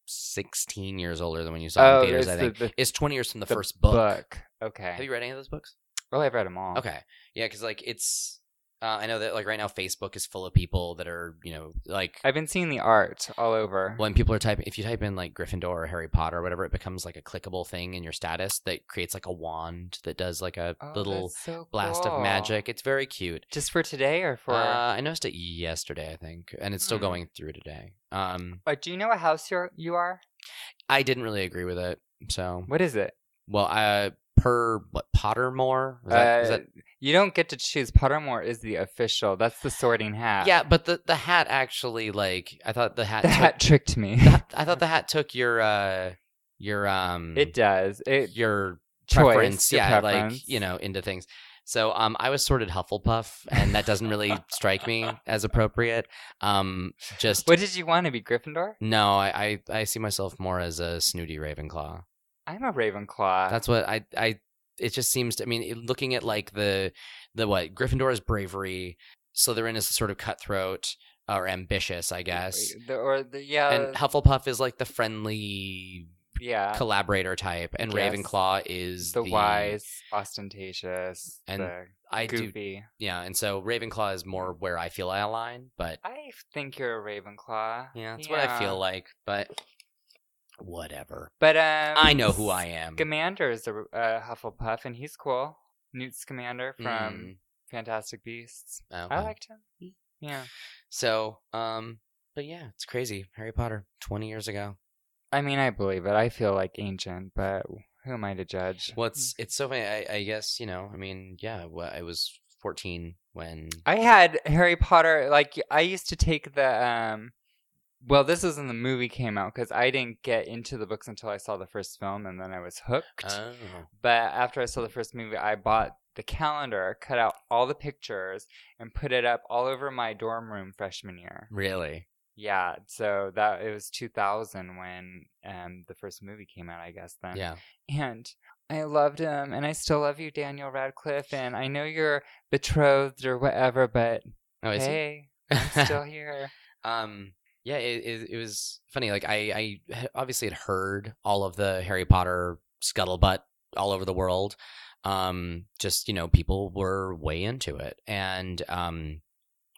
sixteen years older than when you saw it in theaters. Oh, it's I think the, the it's twenty years from the, the first book. Okay. Have you read any of those books? oh, I've read them all. Okay. Yeah, because like it's Uh, I know that like right now Facebook is full of people that are you know like I've been seeing the art all over. when people are typing if you type in like Gryffindor or Harry Potter or whatever, it becomes like a clickable thing in your status that creates like a wand that does like a Oh, little that's so blast cool. of magic. It's very cute. Just for today or for? Uh, I noticed it yesterday, I think, and it's still Hmm. going through today. Um, Uh, do you know what house you're you are? I didn't really agree with it, so What is it? well, uh, per what Pottermore? Is that, is Uh, that You don't get to choose. Pottermore is the official. That's the sorting hat. [LAUGHS] yeah, but the the hat actually like I thought the hat the took- hat tricked [LAUGHS] me. [LAUGHS] the hat- I thought the hat took your uh your um it does. It your choice, preference, your yeah, preference. like you know, into things. So um, I was sorted Hufflepuff, and that doesn't really strike me as appropriate. Um, just What did you want to be, Gryffindor? no, I, I I see myself more as a snooty Ravenclaw. I'm a Ravenclaw. That's what I I. It just seems to. I mean, it- looking at like the the what Gryffindor is bravery, Slytherin is sort of cutthroat or ambitious, I guess, The- or the, yeah, and Hufflepuff is like the friendly yeah. collaborator type, and Uh, Yes. Ravenclaw is the, wise, ostentatious, And the I do goofy. Yeah, and so Ravenclaw is more where I feel I align, but I think you're a Ravenclaw. yeah, that's what I Yeah. feel like. But whatever, But um, I know who I am. Scamander is a uh, Hufflepuff, and he's cool. Newt Scamander from Mm, Fantastic Beasts. oh, I well. liked him. Yeah. so. Um, but yeah, it's crazy. Harry Potter, twenty years ago. I mean, I believe it. I feel like ancient, but who am I to judge? Well, it's it's so funny. I, I guess you know. I mean, yeah, well, I was fourteen when. I had Harry Potter. Like I used to take the. um Well, this is when the movie came out because I didn't get into the books until I saw the first film, and then I was hooked. Oh, but after I saw the first movie, I bought the calendar, cut out all the pictures, and put it up all over my dorm room freshman year. really? Yeah, so that it was 2000 when um the first movie came out, I guess then. Yeah. And I loved him and I still love you Daniel Radcliffe and I know you're betrothed or whatever, but Oh, is it? hey, [LAUGHS] I'm still here. um yeah it, it, it was funny like i i h- obviously had heard all of the harry potter scuttlebutt all over the world um just you know people were way into it and um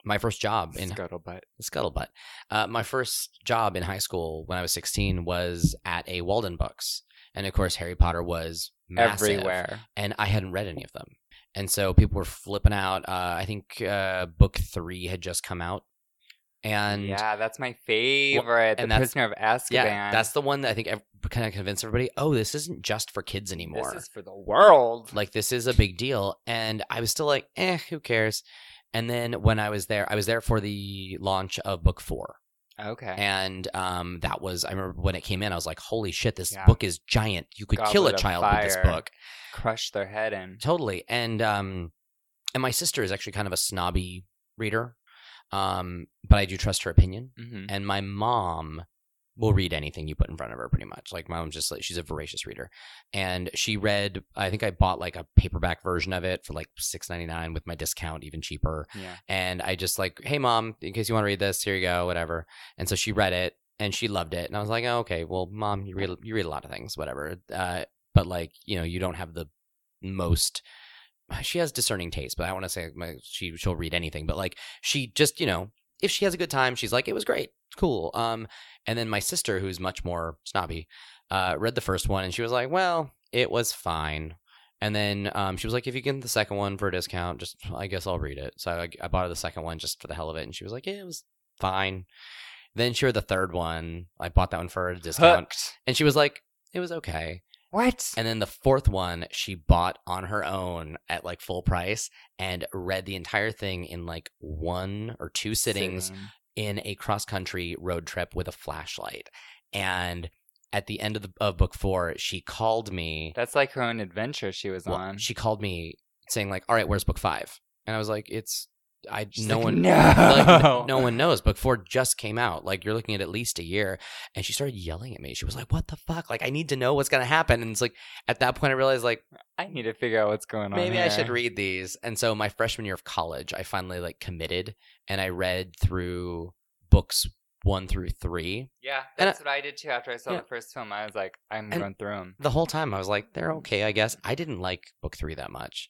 my first job in Scuttlebutt. scuttlebutt uh, my first job in high school when i was 16 was at a walden books and of course harry potter was massive Everywhere. and I hadn't read any of them. And so people were flipping out. Uh, I think uh, book three had just come out, and yeah, yeah, that's my favorite. and the that's- Prisoner of Azkaban. that's the one that I think kind of convinced everybody. Oh, this isn't just for kids anymore. This is for the world. Like this is a big deal. And I was still like, eh, who cares? And then when I was there, I was there for the launch of book four, Okay. and um, that was I remember when it came in, I was like, holy shit, this Yeah. book is giant. You could kill a Goblet of child with this Fire. book. Crush their head in. totally and um and my sister is actually kind of a snobby reader um but i do trust her opinion hmm and my mom will read anything you put in front of her pretty much like my mom's just like she's a voracious reader and she read i think i bought like a paperback version of it for like 6.99 with my discount even cheaper Yeah. and i just like hey mom in case you want to read this here you go whatever and so she read it and she loved it and i was like oh, okay well mom you read you read a lot of things whatever uh, but like you know you don't have the most [SIGHS] she has discerning taste but i want to say my, she she'll read anything but like she just you know if she has a good time she's like it was great it's cool um and then my sister who's much more snobby uh read the first one and she was like well it was fine and then um, she was like, if you get the second one for a discount, just I guess I'll read it. So I, I bought her the second one just for the hell of it. And she was like, yeah, it was fine. Then she read the third one. I bought that one for a discount. Hooked. And she was like, it was okay. What? And then the fourth one she bought on her own at like full price and read the entire thing in like one or two sittings Sitting. in a cross country road trip with a flashlight. And at the end of, the, of book four, she called me That's like her own adventure she was well, on. She called me saying like, "All right, where's book five? And I was like, "It's I She's no like, [LAUGHS] one No. like, [LAUGHS] n- no one knows. Book four just came out. Like you're looking at at least a year." And she started yelling at me. She was like, "What the fuck? Like I need to know what's gonna happen." And it's like at that point I realized like I need to figure out what's going on. maybe I should here. read these. And so my freshman year of college, I finally like committed and I read through books one through three Yeah, And that's what I did too. After I saw Yeah. the first film, I was like, I'm And- going through them. the whole time. I was like, "They're okay, I guess." I didn't like book three that much.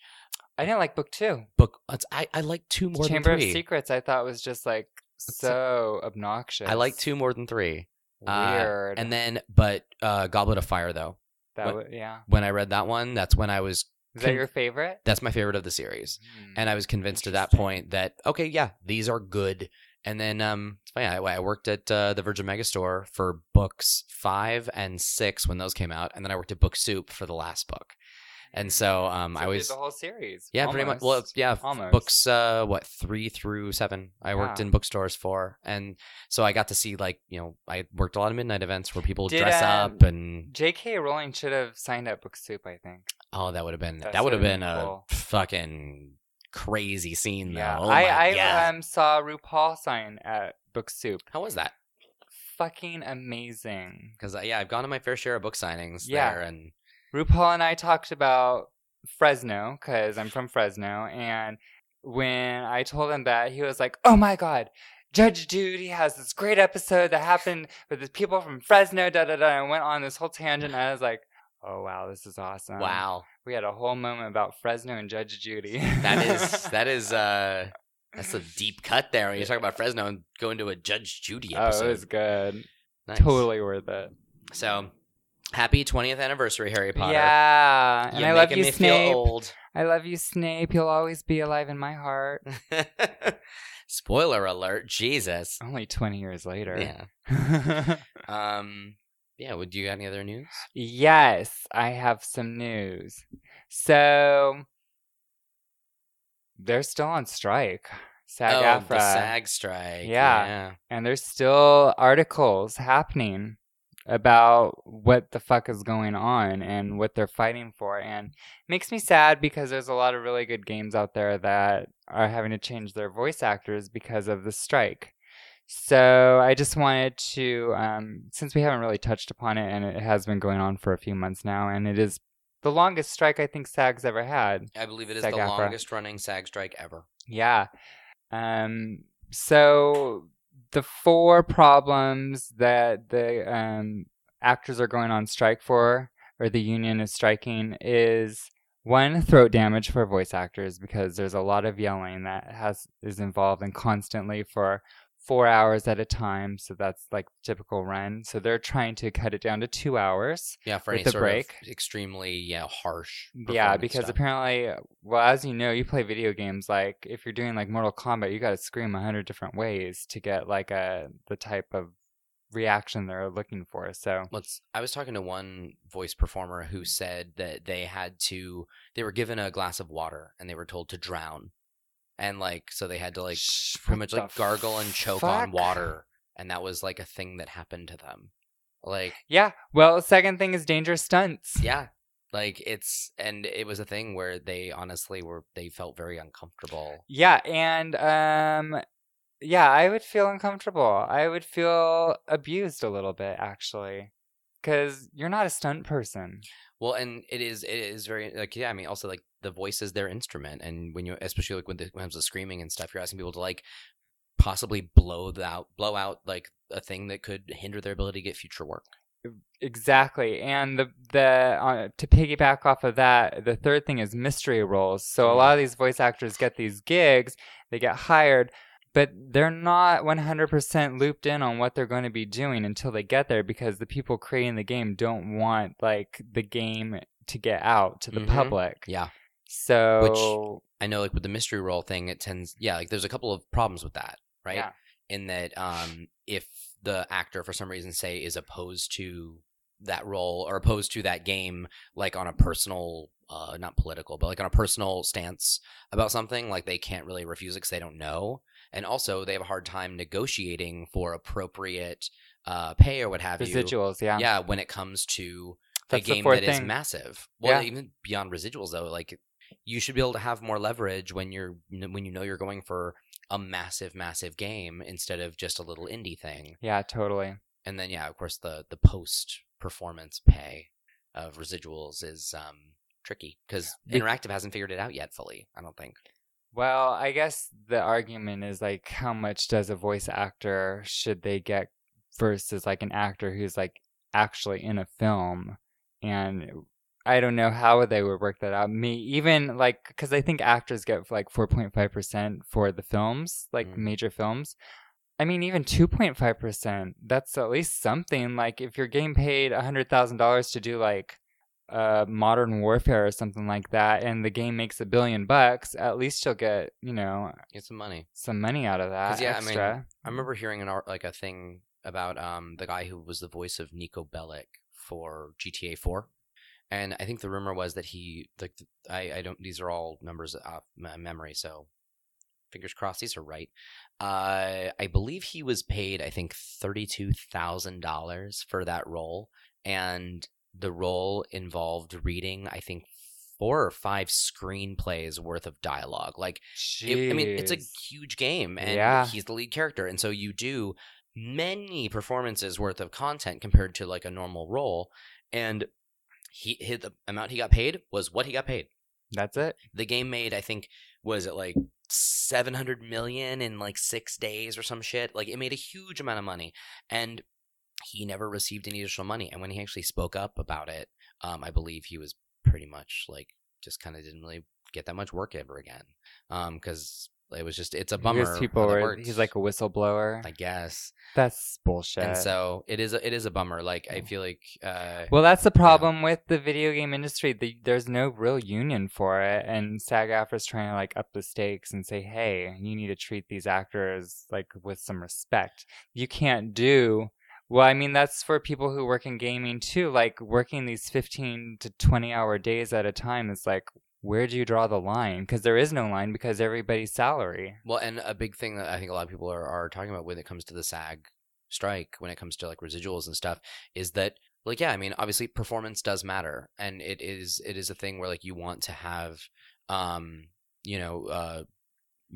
I didn't like book two. Book. uh, It's, I I like two more Chamber than of three. Secrets, I thought was just like so obnoxious. I like two more than three. Uh, Weird. And then, but uh, Goblet of Fire though. that what- wa- yeah. When I read that one, that's when I was. Is that Con- your favorite? That's my favorite of the series. Hmm. and I was convinced at that Interesting. point that okay, yeah, these are good. And then, um, it's funny, I, I worked at uh, the Virgin Megastore for books five and six when those came out, and then I worked at Book Soup for the last book. And so, um, Mm. Hmm. So I you did was the whole series. yeah, pretty much. Well, almost. yeah, f- Almost. books. Uh, what three through seven? I worked Yeah. in bookstores for, and so I got to see like you know I worked a lot of midnight events where people Did, dress um, up and J.K. Rowling should have signed up Book Soup, I think. oh that would have been That's that would have would've been been a cool. fucking crazy scene Yeah, though. Oh my I, God. I um, saw RuPaul sign at Book Soup. how was that? Fucking amazing. because uh, yeah, I've gone to my fair share of book signings Yeah. there, and RuPaul and I talked about Fresno because I'm from Fresno, and when I told him that, he was like, "Oh my god." Judge Judy has this great episode that happened with the people from Fresno, da da da, and went on this whole tangent. And I was like, "Oh wow, this is awesome!" wow, we had a whole moment about Fresno and Judge Judy. Oh, that is [LAUGHS] that is uh that's a deep cut there when you talk about Fresno and go into a Judge Judy oh, episode. it was good. Nice. Totally worth it. So happy 20th anniversary, Harry Potter. Yeah, and You're I love making you, me Snape. Feel old. [LAUGHS] I love you, Snape. You'll always be alive in my heart. Spoiler alert, Jesus. Only twenty years later. Yeah. [LAUGHS] Um. Yeah. Would you got any other news? Yes, I have some news. So they're still on strike, SAG-AFTRA, oh, the SAG strike. Yeah. and there's still articles happening about what the fuck is going on and what they're fighting for, and it makes me sad because there's a lot of really good games out there that are having to change their voice actors because of the strike. So I just wanted to, um, since we haven't really touched upon it, and it has been going on for a few months now, and it is the longest strike I think SAG's ever had. I believe it is the SAG-AFTRA. longest running SAG strike ever. Yeah. Um, so the four problems that the um, actors are going on strike for, or the union is striking, is one throat damage for voice actors because there's a lot of yelling that has is involved and constantly for four hours at a time. So that's like typical run. So they're trying to cut it down to two hours. Yeah, for With any the sort break. of extremely yeah harsh. Yeah, performance because stuff. apparently, uh, well, as you know, you play video games. Like, if you're doing like Mortal Kombat, you got to scream a hundred different ways to get like a the type of reaction they're looking for. So, Let's, I was talking to one voice performer who said that they had to, they were given a glass of water and they were told to drown. And like, so they had to like Shh, pretty what much like the gargle and choke on fuck? water. And that was like a thing that happened to them. Like, Yeah. Well, second thing is dangerous stunts. yeah. Like it's, and it was a thing where they honestly were, they felt very uncomfortable. Yeah, and um, yeah, I would feel uncomfortable. I would feel abused a little bit actually, because you're not a stunt person. Well, and it is it is very like yeah. I mean, also like the voice is their instrument, and when you especially like when, the, when it comes to screaming and stuff, you're asking people to like possibly blow the out blow out like a thing that could hinder their ability to get future work. Exactly, and the the uh, to piggyback off of that, the third thing is mystery roles. So a Mhm. lot of these voice actors get these gigs, they get hired, but they're not one hundred percent looped in on what they're going to be doing until they get there because the people creating the game don't want like the game to get out to the Mhm. public. Yeah, So I know. Like with the mystery role thing, it tends yeah. Like there's a couple of problems with that, right? Yeah. In that, um, if the actor for some reason say is opposed to that role or opposed to that game, like on a personal, uh, not political, but like on a personal stance about something, like they can't really refuse it because they don't know, and also they have a hard time negotiating for appropriate uh, pay or what have you. residuals, yeah. Yeah, when it comes to That's a the game fourth that is thing. massive. Well, Yeah. even beyond residuals though, like you should be able to have more leverage when you're when you know you're going for a massive, massive game instead of just a little indie thing. yeah, totally. And then yeah, of course the the post performance pay of residuals is um tricky because Be- interactive hasn't figured it out yet fully. I don't think. Well, I guess the argument is like how much does a voice actor should they get versus like an actor who's like actually in a film and I don't know how they would work that out. Me even like because I think actors get like four point five percent for the films, like Mm. major films. I mean, even two point five percent. That's at least something. Like if you're getting paid hundred thousand dollars to do like uh modern warfare or something like that and the game makes a billion bucks at least you'll get you know Get some money. some money out of that 'Cause, yeah, I mean, extra I remember hearing an art like a thing about um the guy who was the voice of Nico Bellic for GTA Four, and I think the rumor was that he like th- I I don't these are all numbers off my memory so. Fingers crossed, these are right. Uh, I believe he was paid, I think, thirty-two thousand dollars for that role, and the role involved reading, I think, four or five screenplays worth of dialogue. Like it, I mean, it's a Jeez. huge game, and Yeah. he's the lead character, and so you do many performances worth of content compared to like a normal role, and he hit the amount he got paid was what he got paid. that's it The game made, I think, was it like seven hundred million in like six days or some shit. Like it made a huge amount of money, and he never received any additional money. And when he actually spoke up about it, um, I believe he was pretty much like just kind of didn't really get that much work ever again, because it was just it's a bummer. Because people how that were, worked, he's like a whistleblower. I guess, that's bullshit. and so it is. A, it is a bummer. Like I feel like. Uh, well, that's the problem with the video game industry. The, there's no real union for it, and SAG-AFTRA's trying to like up the stakes and say, "Hey, you need to treat these actors like with some respect. You can't do." Well, I mean, that's for people who work in gaming too. Like working these 15 to 20 hour days at a time is like, where do you draw the line? Because there is no line because everybody's salary. Well, and a big thing that I think a lot of people are, are talking about when it comes to the SAG strike, when it comes to like residuals and stuff, is that like yeah, I mean, obviously performance does matter, and it is it is a thing where like you want to have, um, you know, uh,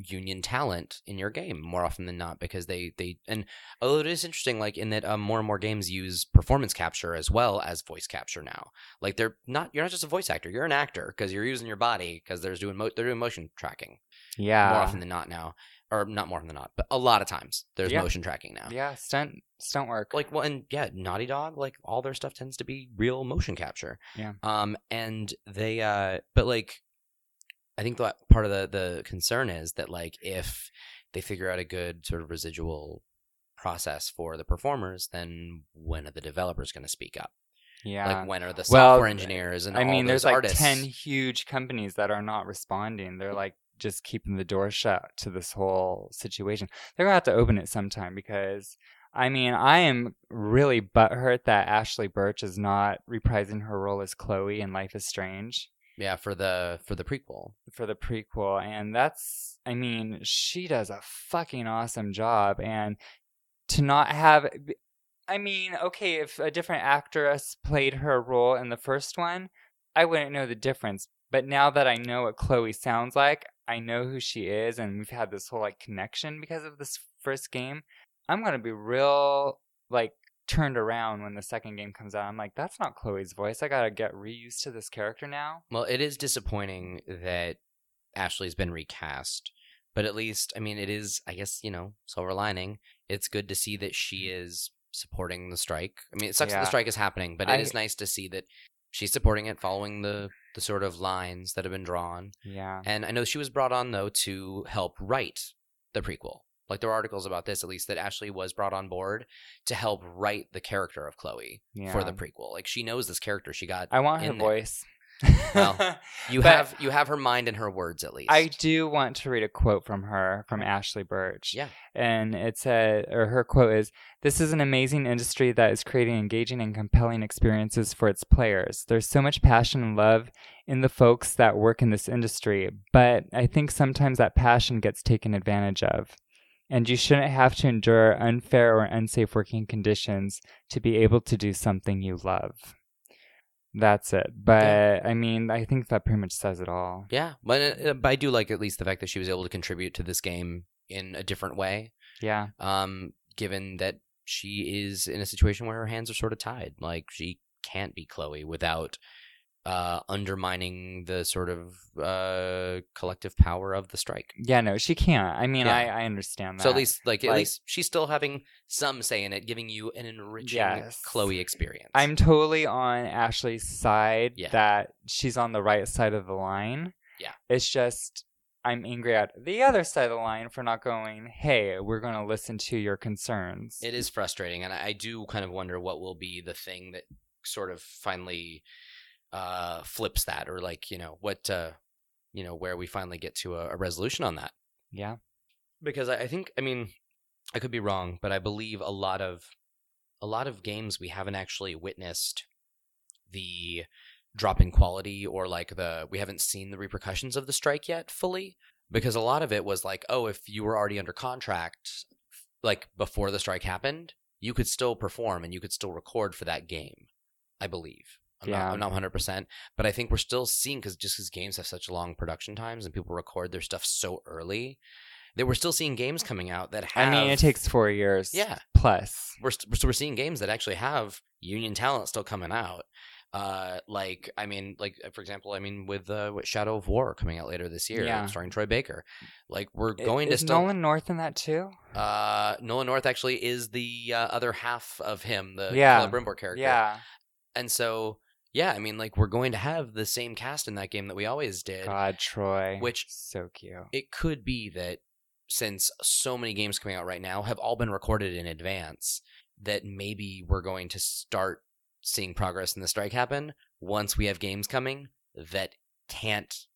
union talent in your game more often than not because they they and although it is interesting like in that um, more and more games use performance capture as well as voice capture now like they're not you're not just a voice actor you're an actor because you're using your body because there's doing mo- they're doing motion tracking Yeah. more often than not now, or not more often than not, but a lot of times there's Yeah. motion tracking now. yeah. Stunt stunt work. Like well, and yeah, Naughty Dog, like all their stuff tends to be real motion capture. Yeah. Um, and they, uh, but like, I think that part of the the concern is that like if they figure out a good sort of residual process for the performers, then when are the developers going to speak up? yeah. Like when are the Well, software engineers and I all mean, those there's like artists? Mm. 10 huge companies that are not responding. They're like just keeping the door shut to this whole situation. They're going to have to open it sometime because, I mean, I am really butthurt that Ashley Birch is not reprising her role as Chloe in Life is Strange yeah, for the for the prequel. for the prequel. And that's, I mean, she does a fucking awesome job. And to not have, I mean, okay, if a different actress played her role in the first one, I wouldn't know the difference. But now that I know what Chloe sounds like, I know who she is, and we've had this whole like connection because of this first game. I'm gonna be real like turned around when the second game comes out. I'm like, that's not Chloe's voice. I gotta get reused to this character now. Well, it is disappointing that Ashley's been recast, but at least, I mean, it is, I guess, you know, silver lining. It's good to see that she is supporting the strike. I mean, it sucks that Yeah. the strike is happening, but it is I- nice to see that she's supporting it, following the the sort of lines that have been drawn. Yeah. And I know she was brought on though to help write the prequel. Like there are articles about this, at least that Ashley was brought on board to help write the character of Chloe Yeah. for the prequel. Like she knows this character. She got I want her in there. voice. [LAUGHS] Well, you But- have you have her mind and her words at least. I do want to read a quote from her, from Ashley Birch. Yeah. And it said, or her quote is This is an amazing industry that is creating engaging and compelling experiences for its players. There's so much passion and love in the folks that work in this industry, but I think sometimes that passion gets taken advantage of. And you shouldn't have to endure unfair or unsafe working conditions to be able to do something you love. That's it. But Yeah. I mean, I think that pretty much says it all. yeah, but, uh, but I do like at least the fact that she was able to contribute to this game in a different way. Yeah. Um, given that she is in a situation where her hands are sort of tied, like she can't be Chloe without uh, undermining the sort of uh, collective power of the strike. Yeah, no, she can't. I mean, Yeah. I, I understand that. So at least, like, at Like- least she's still having some say in it, giving you an enriching Yes. Chloe experience. I'm totally on Ashley's side Yeah. that she's on the right side of the line. Yeah. It's just I'm angry at the other side of the line for not going, hey, we're going to listen to your concerns. It is frustrating, and I I do kind of wonder what will be the thing that sort of finally uh, flips that, or like you know what uh, you know where we finally get to a, a resolution on that. yeah. Because I, I think, I mean, I could be wrong, but I believe a lot of a lot of games we haven't actually witnessed the drop in quality or like the we haven't seen the repercussions of the strike yet fully because a lot of it was like oh if you were already under contract like before the strike happened you could still perform and you could still record for that game i believe i'm Yeah. not i'm not 100% but i think we're still seeing cuz just cuz games have such long production times and people record their stuff so early that we're still seeing games coming out that have I mean, it takes four years yeah plus. we're st- so we're seeing games that actually have union talent still coming out. Uh, like I mean, like uh, for example, I mean with uh, with Shadow of War coming out later this year, Yeah. starring Troy Baker. Like we're I- going is to still. Nolan North in that too? Uh, Nolan North actually is the uh, other half of him, the Yeah. Caleb Brimbor character. Yeah. and so yeah, I mean, like we're going to have the same cast in that game that we always did. God, Troy. Which- so cute. It could be that since so many games coming out right now have all been recorded in advance, that maybe we're going to start seeing progress in the strike happen once we have games coming that can't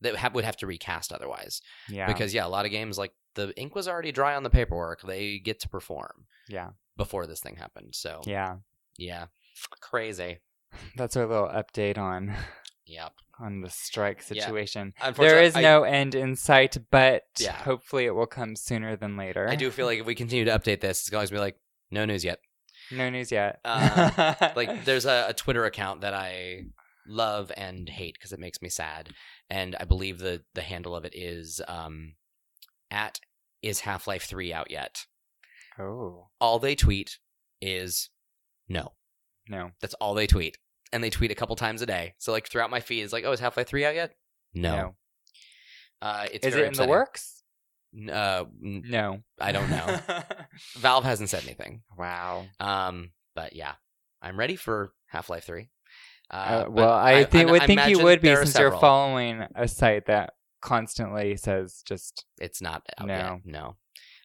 that ha- would have to recast otherwise. Yeah. Because yeah, a lot of games like the ink was already dry on the paperwork; they get to perform. Yeah. Before this thing happened, so yeah, yeah. crazy. That's our little update on [LAUGHS] Yep. on the strike Yeah. situation. Unfortunately, There is I- no end in sight, but Yeah. hopefully it will come sooner than later. I do feel like if we continue to update this, it's going to be like no news yet. No news yet. [LAUGHS] Uh, like there's a, a Twitter account that I love and hate because it makes me sad, and I believe the the handle of it is um, at is Half Life Three out yet? oh All they tweet is no. no, That's all they tweet, and they tweet a couple times a day. So like throughout my feed, it's like, oh, is Half Life Three out yet? No. Uh, it's Is it very in upsetting. the works? N- Uh, n- No, I [LAUGHS] don't know. Valve hasn't said anything. wow. Um, but yeah, I'm ready for Half Life Three. Uh, Uh, but well, I, thi- I'm- would I think you imagine would be there are since you're several. following a site that constantly says just It's not out No. Mm. yet. No.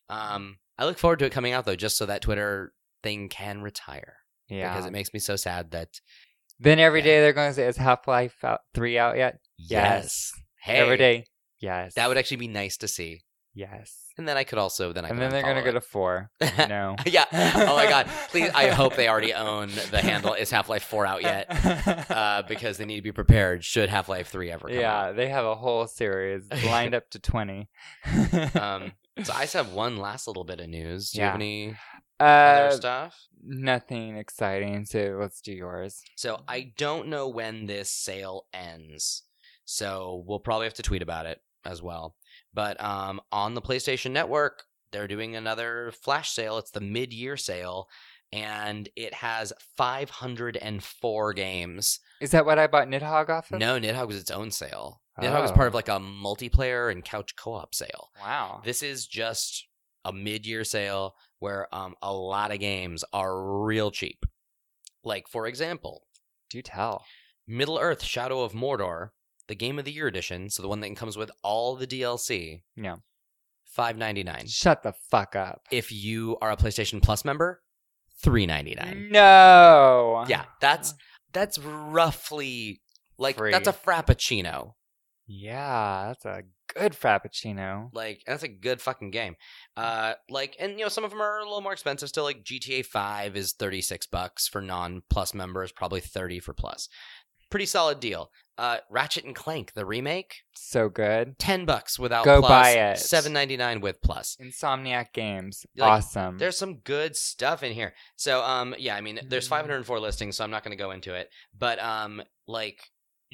Um, I look forward to it coming out though, just so that Twitter thing can retire yeah. because it makes me so sad that then every yeah. day they're going to say, "Is Half Life out, Three out yet?" yes, hey, Every day, yes. that would actually be nice to see, yes. and then I could also then I And could then they're going to unfollow go to four. it. No. [LAUGHS] yeah. Oh my [LAUGHS] god! Please, I hope they already own the handle. Is Half Life Four out yet? [LAUGHS] Uh, because they need to be prepared. Should Half Life Three ever come Yeah, they have a whole series [LAUGHS] lined up to 20. out? Um, so I just have one last little bit of news. Do you Yeah. have any other [LAUGHS] uh, stuff? nothing exciting, so let's do yours. So I don't know when this sale ends. So we'll probably have to tweet about it as well. But um, on the PlayStation Network, they're doing another flash sale. It's the mid year sale, and it has 504 games. Is that what I bought Nidhogg off of? No, Nidhogg was its own sale. Nidhogg was Oh. part of like a multiplayer and couch co op sale. Wow. This is just a mid-year sale where um, a lot of games are real cheap. Like for example, do tell. Middle Earth: Shadow of Mordor, the Game of the Year edition, so the one that comes with all the DLC. Yeah. five ninety nine. Shut the fuck up. If you are a PlayStation Plus member, three ninety Mm, nine. No. Yeah, that's that's roughly like Free. that's a frappuccino. Yeah, that's a good frappuccino. Like and that's a good fucking game. Uh, like and you know some of them are a little more expensive still. Like GTA Five is thirty six bucks for non Plus members, probably thirty for Plus. Pretty solid deal. Uh, Ratchet and Clank the remake, So good. ten bucks without Go Plus, buy it. Mm-hmm. seven ninety nine with Plus. Insomniac Games. Like, awesome. There's some good stuff in here. So um yeah, I mean there's Mhm. 504 listings, so I'm not going to go into it. But um like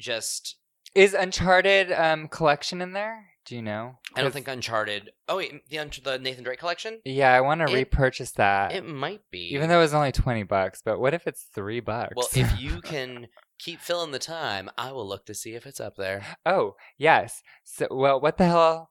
just Is Uncharted um, collection in there? Do you know? I don't 'Cause- [LAUGHS] think Uncharted. Oh wait, the Unch- the Nathan Drake collection. Yeah, I want to It- repurchase that. It might be [LAUGHS] Even though it's only 20 bucks, but what if it's three bucks? well if you can keep filling the time. I will look to see if it's up there. Oh, yes. So, well, what the hell?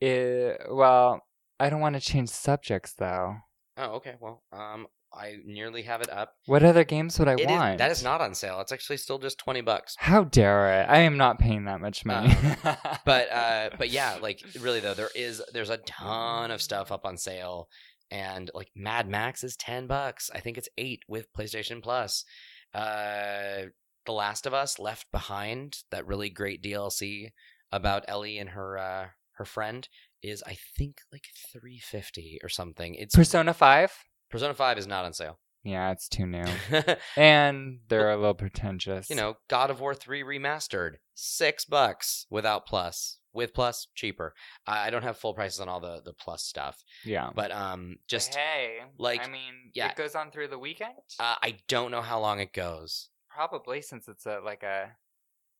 Is, well, I don't want to change subjects though. Oh, okay. Well, um, I nearly have it up. What other games would I It is- want? that is not on sale. It's actually still just twenty bucks. How dare it? I am not paying that much money. Uh-huh. But uh, but yeah, like really though, there is there's a ton of stuff up on sale, and like Mad Max is ten bucks. I think it's eight with PlayStation Plus. Uh, The Last of Us Left Behind, that really great DLC about Ellie and her uh, her friend, is I think like three fifty or something. [LAUGHS] It's Persona Five. Persona Five is not on sale. Yeah, it's too new, [LAUGHS] and they're a little pretentious. you know, God of War 3 remastered, six bucks without plus. With plus, cheaper. I I don't have full prices on all the the plus stuff, Yeah. but um, just hey, like, I mean, yeah. it goes on through the weekend. uh, I don't know how long it goes. Probably since it's a like a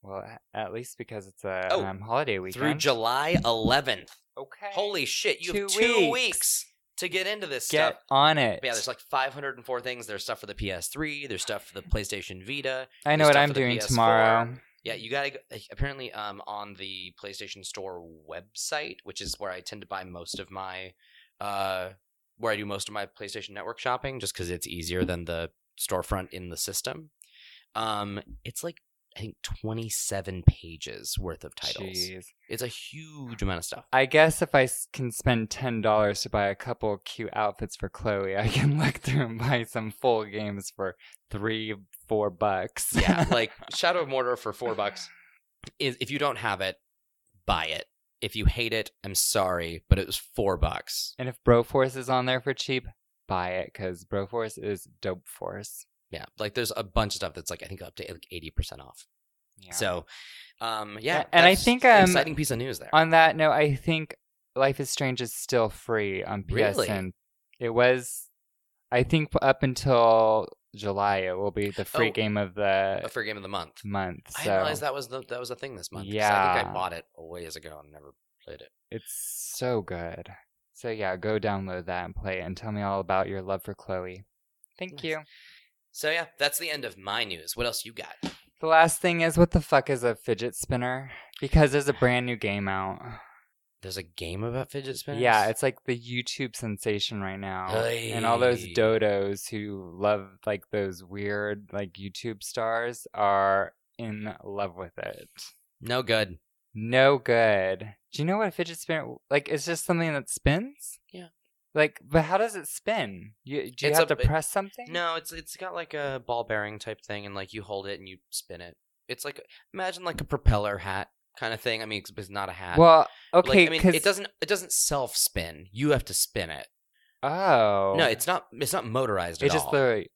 well, a- at least because it's a Oh, um, holiday weekend Through July 11th. Okay. Holy shit! You have Two two weeks. weeks. to get into this Get stuff. on it. But yeah, there's like 504 things. There's stuff for the PS3. There's stuff for the PlayStation Vita. I know there's what stuff I'm for the doing PS4. tomorrow. Yeah, you gotta go, apparently um on the PlayStation Store website, which is where I tend to buy most of my uh where I do most of my PlayStation Network shopping, just because it's easier than the storefront in the system. Um, it's like I think twenty seven pages worth of titles. Jeez. It's a huge amount [LAUGHS] of stuff. I guess if I s- can spend ten dollars to buy a couple cute outfits for Chloe, I can [LAUGHS] look through and buy some full games for three, four bucks. Yeah, like Shadow of Mordor for four bucks. Is if you don't have it, buy it. If you hate it, I'm sorry, but it was four bucks. [LAUGHS] and if Broforce is on there for cheap, buy it because Broforce is dope force. Yeah, like there's a bunch of stuff that's like I think up to like eighty percent off. Yeah. So, um, yeah, A- and I that's think, um, an exciting piece of news there. On that note, I think Life is Strange is still free on PSN. Really? It was, I think, up until July, it will be the free Oh. game of the Uh, for game of the month. month. So I didn't realize that was the, that was a thing this month. 'cause I think I Yeah. bought it a ways ago and never played it. it's so good. So yeah, go download that and play it, and tell me all about your love for Chloe. Thank Nice. you. So yeah, that's the end of my news. What else you got? The last thing is, what the fuck is a fidget spinner? Because there's a brand new game out. There's a game about fidget spinners. Yeah, it's like the YouTube sensation right now. And all those Aye. dodos who love like those weird like YouTube stars are in love with it. no good. No good. Do you know what a fidget spinner like it's just something that spins? Yeah. Like but how does it spin? You do you It's have a- to press something? No, it's it's got like a ball bearing type thing, and like you hold it and you spin it. It's like imagine like a propeller hat kind of thing. I mean, it's, it's not a hat. Well, Like, okay, I mean, 'cause- it doesn't it doesn't self spin. You have to spin it. Oh. No, it's not. It's not motorized it at just all. literally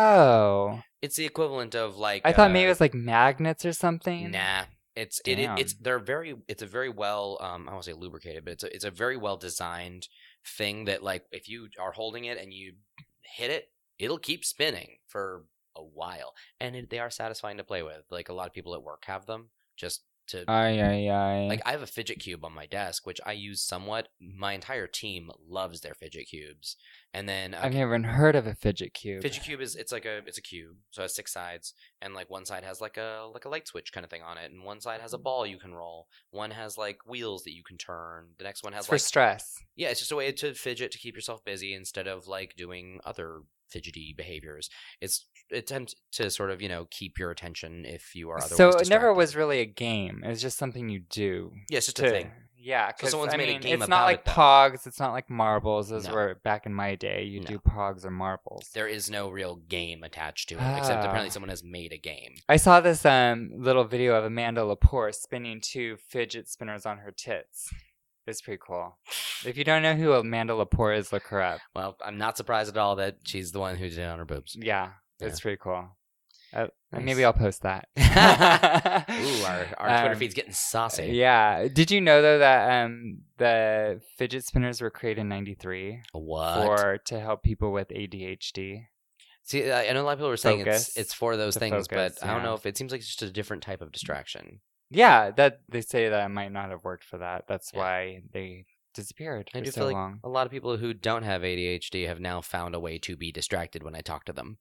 Oh. It's the equivalent of like I thought maybe uh, it was like magnets or something. Nah, it's it, it it's Damn. they're very it's a very well um I won't say lubricated, but it's a, it's a very well designed thing that like if you are holding it and you hit it, it'll keep spinning for a while, and it, they are satisfying to play with. Like a lot of people at work have them just to. Ay ay ay. like I have a fidget cube on my desk, which I use somewhat. My entire team loves their fidget cubes, and then uh, I've never even heard of a fidget cube. Fidget cube is it's like a it's a cube, so it has six sides, and like one side has like a like a light switch kind of thing on it, and one side has a Mm-hmm. ball you can roll. One has like wheels that you can turn. The next one has It's for like stress. yeah, it's just a way to fidget to keep yourself busy instead of like doing other fidgety behaviors. It's attempt to sort of you know keep your attention if you are otherwise. So it never distracted. was really a game. It was just something you do. Yeah, it's just to- a thing. Yeah, So because someone's I made a mean, game it's about not like it, though. Pogs. It's not like marbles. Those No. were back in my day. You No. do Pogs or marbles. There is no real game attached to it, except Ah. apparently someone has made a game. I saw this um little video of Amanda Lepore spinning two fidget spinners on her tits. It's pretty cool. If you don't know who Amanda Lepore is, look her up. Well, I'm not surprised at all that she's the one who did it on her boobs. Yeah, it's pretty cool. Uh, and Maybe Nice. I'll post that. [LAUGHS] Ooh, our, our Twitter Um, feed's getting saucy. Yeah. Did you know though that um the fidget spinners were created in '93 What? for to help people with ADHD? See, uh, I I know a lot of people were saying it's Focus. it's for those To things, focus, but I don't yeah. know if it seems like it's just a different type of distraction. Yeah, that they say that it might not have worked for that. That's Yeah. why they disappeared I for do so feel like long. a lot of people who don't have ADHD have now found a way to be distracted when I talk to them.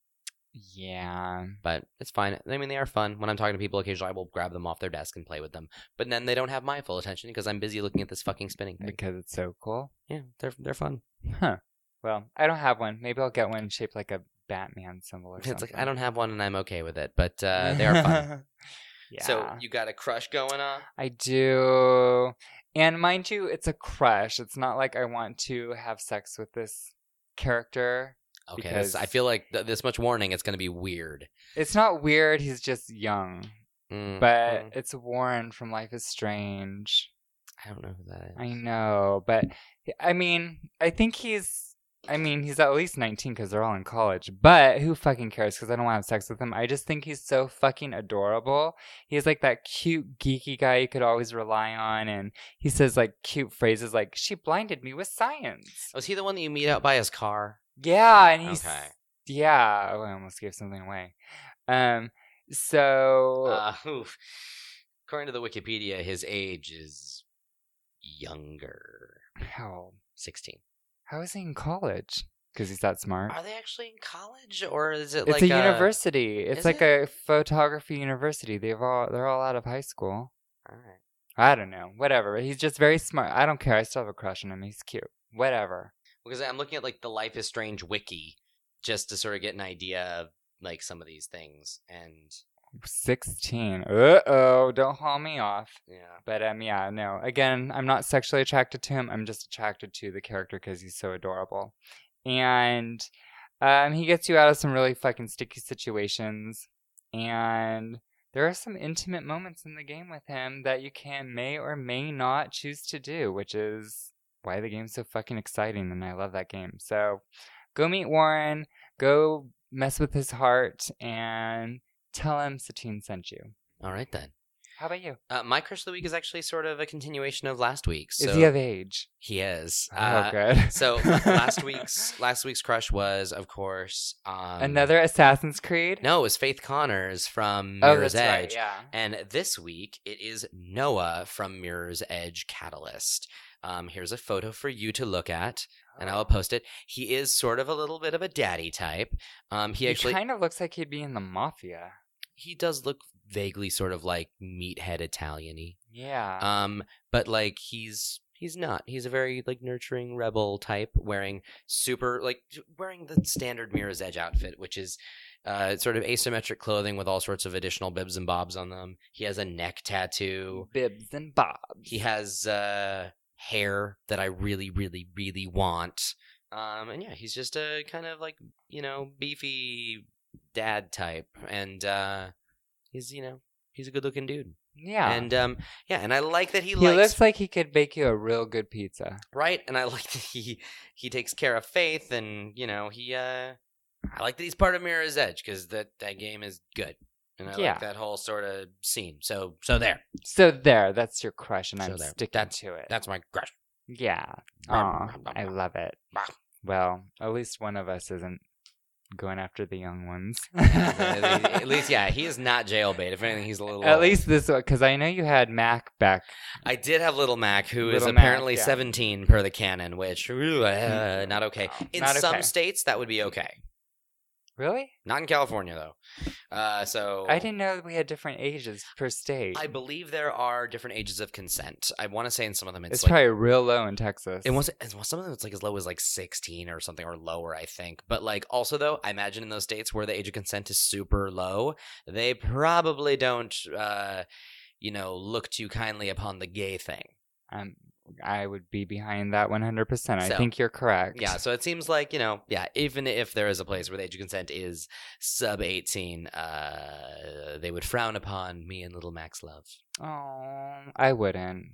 Yeah. but it's fine. I mean, they are fun. When I'm talking to people occasionally, I will grab them off their desk and play with them. But then they don't have my full attention because I'm busy looking at this fucking spinning thing. Because it's so cool. Yeah, they're they're fun. Huh. Well, I don't have one. Maybe I'll get one shaped like a Batman symbol or something. [LAUGHS] It's [LAUGHS] like I don't have one and I'm okay with it, but uh, they are fun. yeah. So you got a crush going on? I do. And mind you, it's a crush. It's not like I want to have sex with this character. Okay, this- Because- I feel like th- this much warning, it's going to be weird. It's not weird. He's just young. Mm, But mm. it's Warren from Life is Strange. I don't know who that is. I know. But I mean, I think he's. I mean, he's at least 19 because they're all in college, but who fucking cares? Because I don't want to have sex with him. I just think he's so fucking adorable. He's like that cute, geeky guy you could always rely on. And he says like cute phrases like, she blinded me with science. Was he the one that you meet out by his car? Yeah, and he's Okay. yeah. Oh, I almost gave something away. Um, so Uh, [LAUGHS] oof. According to the Wikipedia, his age is younger, how sixteen. how is he in college? Because he's that smart. Are they actually in college, or is it It's like a university. it's is like it? a photography university. They've all they're all out of high school. All right. I don't know. Whatever. He's just very smart. I don't care. I still have a crush on him. He's cute. Whatever. Because I'm looking at like the Life is Strange wiki just to sort of get an idea of like some of these things, and Sixteen. Uh oh. Don't haul me off. yeah, But um, yeah, no. Again, I'm not sexually attracted to him. I'm just attracted to the character because he's so adorable, and um, he gets you out of some really fucking sticky situations. And there are some intimate moments in the game with him that you can may or may not choose to do, which is why the game's so fucking exciting, and I love that game. So, go meet Warren. Go mess with his heart and tell him Satine sent you. all right then. How about you? Uh, my crush of the week is actually sort of a continuation of last week's. So is he of age? he is. Oh, Uh, good. so [LAUGHS] last week's last week's crush was, of course, um, another Assassin's Creed. No, it was Faith Connors from oh, Mirror's that's right. Edge. Yeah. And this week it is Noah from Mirror's Edge Catalyst. Um, here's a photo for you to look at, and Oh. I'll post it. He is sort of a little bit of a daddy type. Um, he He actually kind of looks like he'd be in the mafia. he does look vaguely sort of like meathead Italian-y. Yeah. Um, but like he's he's not. He's a very like nurturing rebel type, wearing super like wearing the standard Mirror's Edge outfit, which is uh sort of asymmetric clothing with all sorts of additional bibs and bobs on them. He has a neck tattoo. Bibs and bobs. He has uh, hair that I really, really, really want. Um, and yeah, he's just a kind of like you know beefy dad type, and uh, he's you know he's a good looking dude. Yeah. And um, yeah, and I like that he, he likes looks like he could bake you a real good pizza. right, and I [LAUGHS] like that he he takes care of Faith, and you know he uh, I like that he's part of Mirror's Edge because that that game is good. And I Mm. Yeah. like that whole sort of scene. So, so there. So there, that's your crush, and So I'm there. sticking That's- to it. That's my [LAUGHS] crush. yeah. Bah, Aw, bah, bah, I bah. love it. Bah. Well, at least one of us isn't going after the young ones. [LAUGHS] at [LAUGHS] least, yeah, he is not jailbait. If anything, he's a little. At old. least this one, because I know you had Mac back I did have little Mac, who is Little Mac, apparently yeah. Mm. seventeen per the canon, which ooh, uh, not okay. No, In not some okay. states, that would be okay. Really? Not in California though. Uh, so I didn't know that we had different ages per state. I believe there are different ages of consent. I want to say in some of them it's, it's like probably real low in Texas. It was it was- some of them it's like as low as like sixteen or something or lower, I think. But like also though, I imagine in those states where the age of consent is super low, they probably don't uh you know, look too kindly upon the gay thing. Um, I would be behind that 100%. I So- think you're correct. Yeah, so it seems like, you know, yeah, even if there is a place where the age of consent is sub 18, uh they would frown upon me and little Max love. Oh, I wouldn't.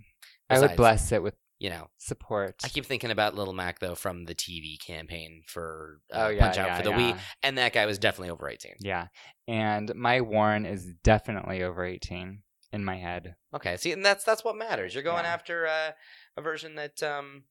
I Besides- would bless it with You know, support. I keep thinking about Little Mac though from the TV campaign for uh, oh, yeah. Punch Out yeah, for the yeah. Wii, and that guy was definitely over eighteen. Yeah. And my Warren is definitely over 18 in my head. Okay, see, and that's that's what matters. You're going Yeah. after uh, a version that um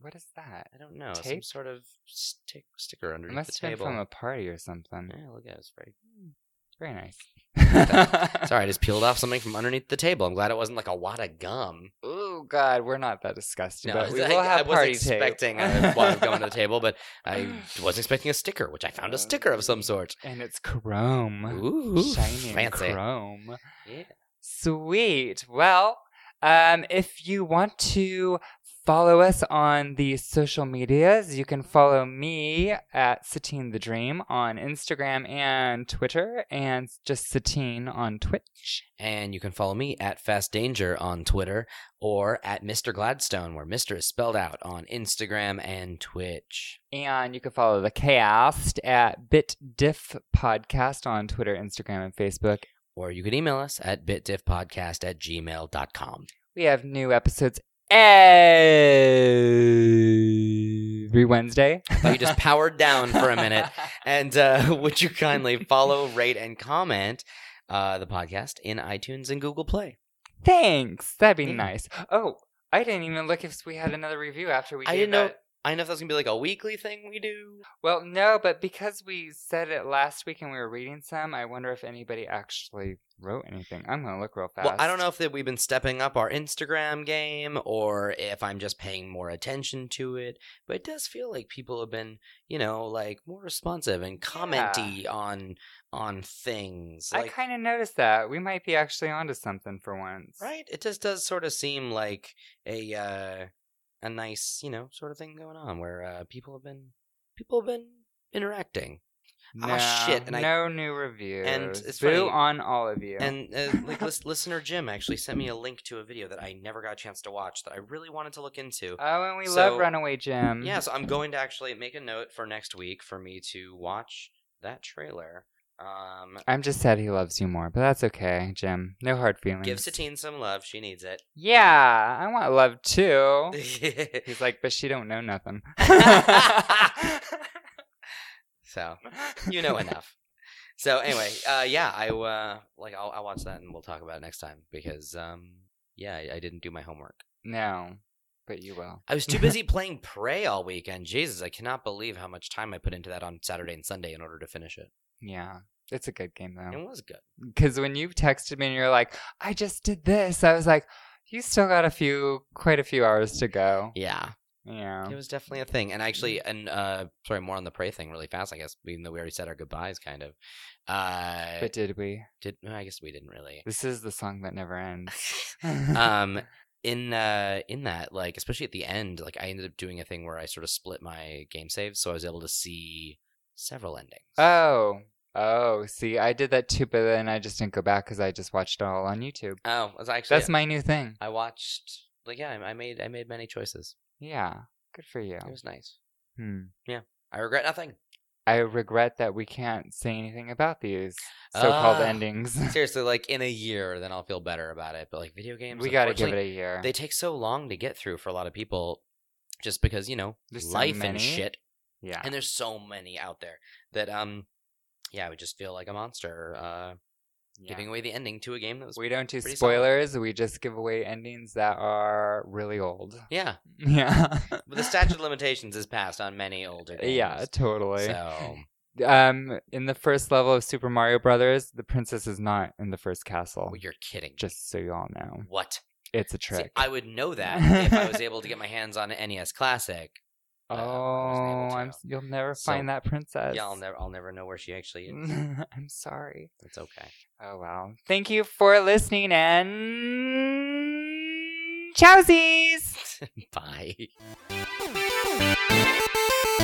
What is that? I don't know, some Tape? sort of stick sticker It underneath the must have been table. from a party or something. Yeah, look at it. It's very... [LAUGHS] Very nice. [LAUGHS] Sorry, I just peeled off something from underneath the table. I'm glad it wasn't like a wad of gum. [LAUGHS] Ooh, oh god, we're not that disgusting, but we I, will I have was party expecting tape. [LAUGHS] a one going to the table, but I wasn't expecting a sticker, which I found a sticker of some sort. and it's chrome, Ooh, shiny and fancy. chrome. Yeah. Sweet. Well, um, if you want to follow us on the social medias, you can follow me at Satine the Dream on Instagram and Twitter, and just Satine on Twitch. And you can follow me at Fast Danger on Twitter or at Mr. Gladstone, where Mr. is spelled out on Instagram and Twitch. And you can follow the cast at BitDiff Podcast on Twitter, Instagram, and Facebook. Or you can email us at bitdiffpodcast at gmail.com. We have new episodes every Wednesday. But Oh, you [LAUGHS] just [LAUGHS] powered down for a minute. And uh, [LAUGHS] would you kindly follow, rate, and comment uh, the podcast in iTunes and Google Play? Thanks. That'd be Yeah. nice. Oh, I didn't even look if we had another review after we. I gave didn't know- that. I don't know if that's going to be like a weekly thing we do. Well, no, but because we said it last week and we were reading some, I wonder if anybody actually wrote anything. I'm gonna look real fast. Well, I don't know if that we've been stepping up our Instagram game or if I'm just paying more attention to it, but it does feel like people have been, you know, like more responsive and commenty on on things. I Like, kind of noticed that we might be actually onto something for once. right? It just does sort of seem like a uh, a nice, you know, sort of thing going on where uh, people have been people have been interacting. No, Aw, Oh, shit, and I- no new reviews. it's Boo funny- on all of you. And uh, like lis- listener Jim actually sent me a link to a video that I never got a chance to watch that I really wanted to look into. oh, and we so- love Runaway Jim. Yeah, so I'm going to actually make a note for next week for me to watch that trailer. Um, I'm just sad he loves you more, but that's okay, Jim. No hard feelings. give Satine some love; she needs it. Yeah, I want love too. [LAUGHS] He's like, but she don't know nothing. [LAUGHS] so you know enough. So anyway, uh, yeah, I uh, like I'll, I'll watch that and we'll talk about it next time because um, yeah, I, I didn't do my homework. no, but you will. I was [LAUGHS] too busy playing Prey all weekend. Jesus, I cannot believe how much time I put into that on Saturday and Sunday in order to finish it. Yeah, it's a good game though. It was good. Because when you texted me and you're like, I just did this, I was like, you still got a few, quite a few hours to go. Yeah. Yeah. Mm-hmm. It was definitely a thing, and actually, and uh, sorry, more on the prey thing, really fast. I guess, even though we already said our goodbyes, kind of. Uh, But did we? did no, I guess we didn't really. This is the song that never ends. [LAUGHS] um, in uh, in that, like, especially at the end, like, I ended up doing a thing where I sort of split my game saves, so I was able to see several endings. oh, oh, see, I did that too, but then I just didn't go back because I just watched it all on YouTube. oh, was actually That's my new thing. I watched. Like, yeah, I I made I made many choices. Yeah, good for you. It was nice. Hmm. I regret nothing. I regret that we can't say anything about these so-called Ah. endings. [LAUGHS] Seriously, like in a year, then I'll feel better about it. But like video games, we got to give unfortunately, it a year. they take so long to get through for a lot of people just because you know There's so life many. and shit yeah. and there's so many out there that um yeah i would just feel like a monster uh Yeah. giving away the ending to a game that was we don't do pretty solid. spoilers. We just give away endings that are really old. yeah [LAUGHS] Yeah. Mm. but the statute of limitations is passed on many older games [LAUGHS] Yeah, totally. [LAUGHS] so Um, in the first level of Super Mario Brothers, the princess is not in the first castle. well, you're kidding Just so you all know, what it's a See, trick. i would know that if i was able to get my [LAUGHS] hands on an nes classic uh, I wasn't able oh, to. I'm, you'll never So- find that princess. yeah i'll never i'll never know where she actually Mm. is [LAUGHS] I'm sorry. it's okay Oh wow! Thank you for listening [LAUGHS] and chowsies. bye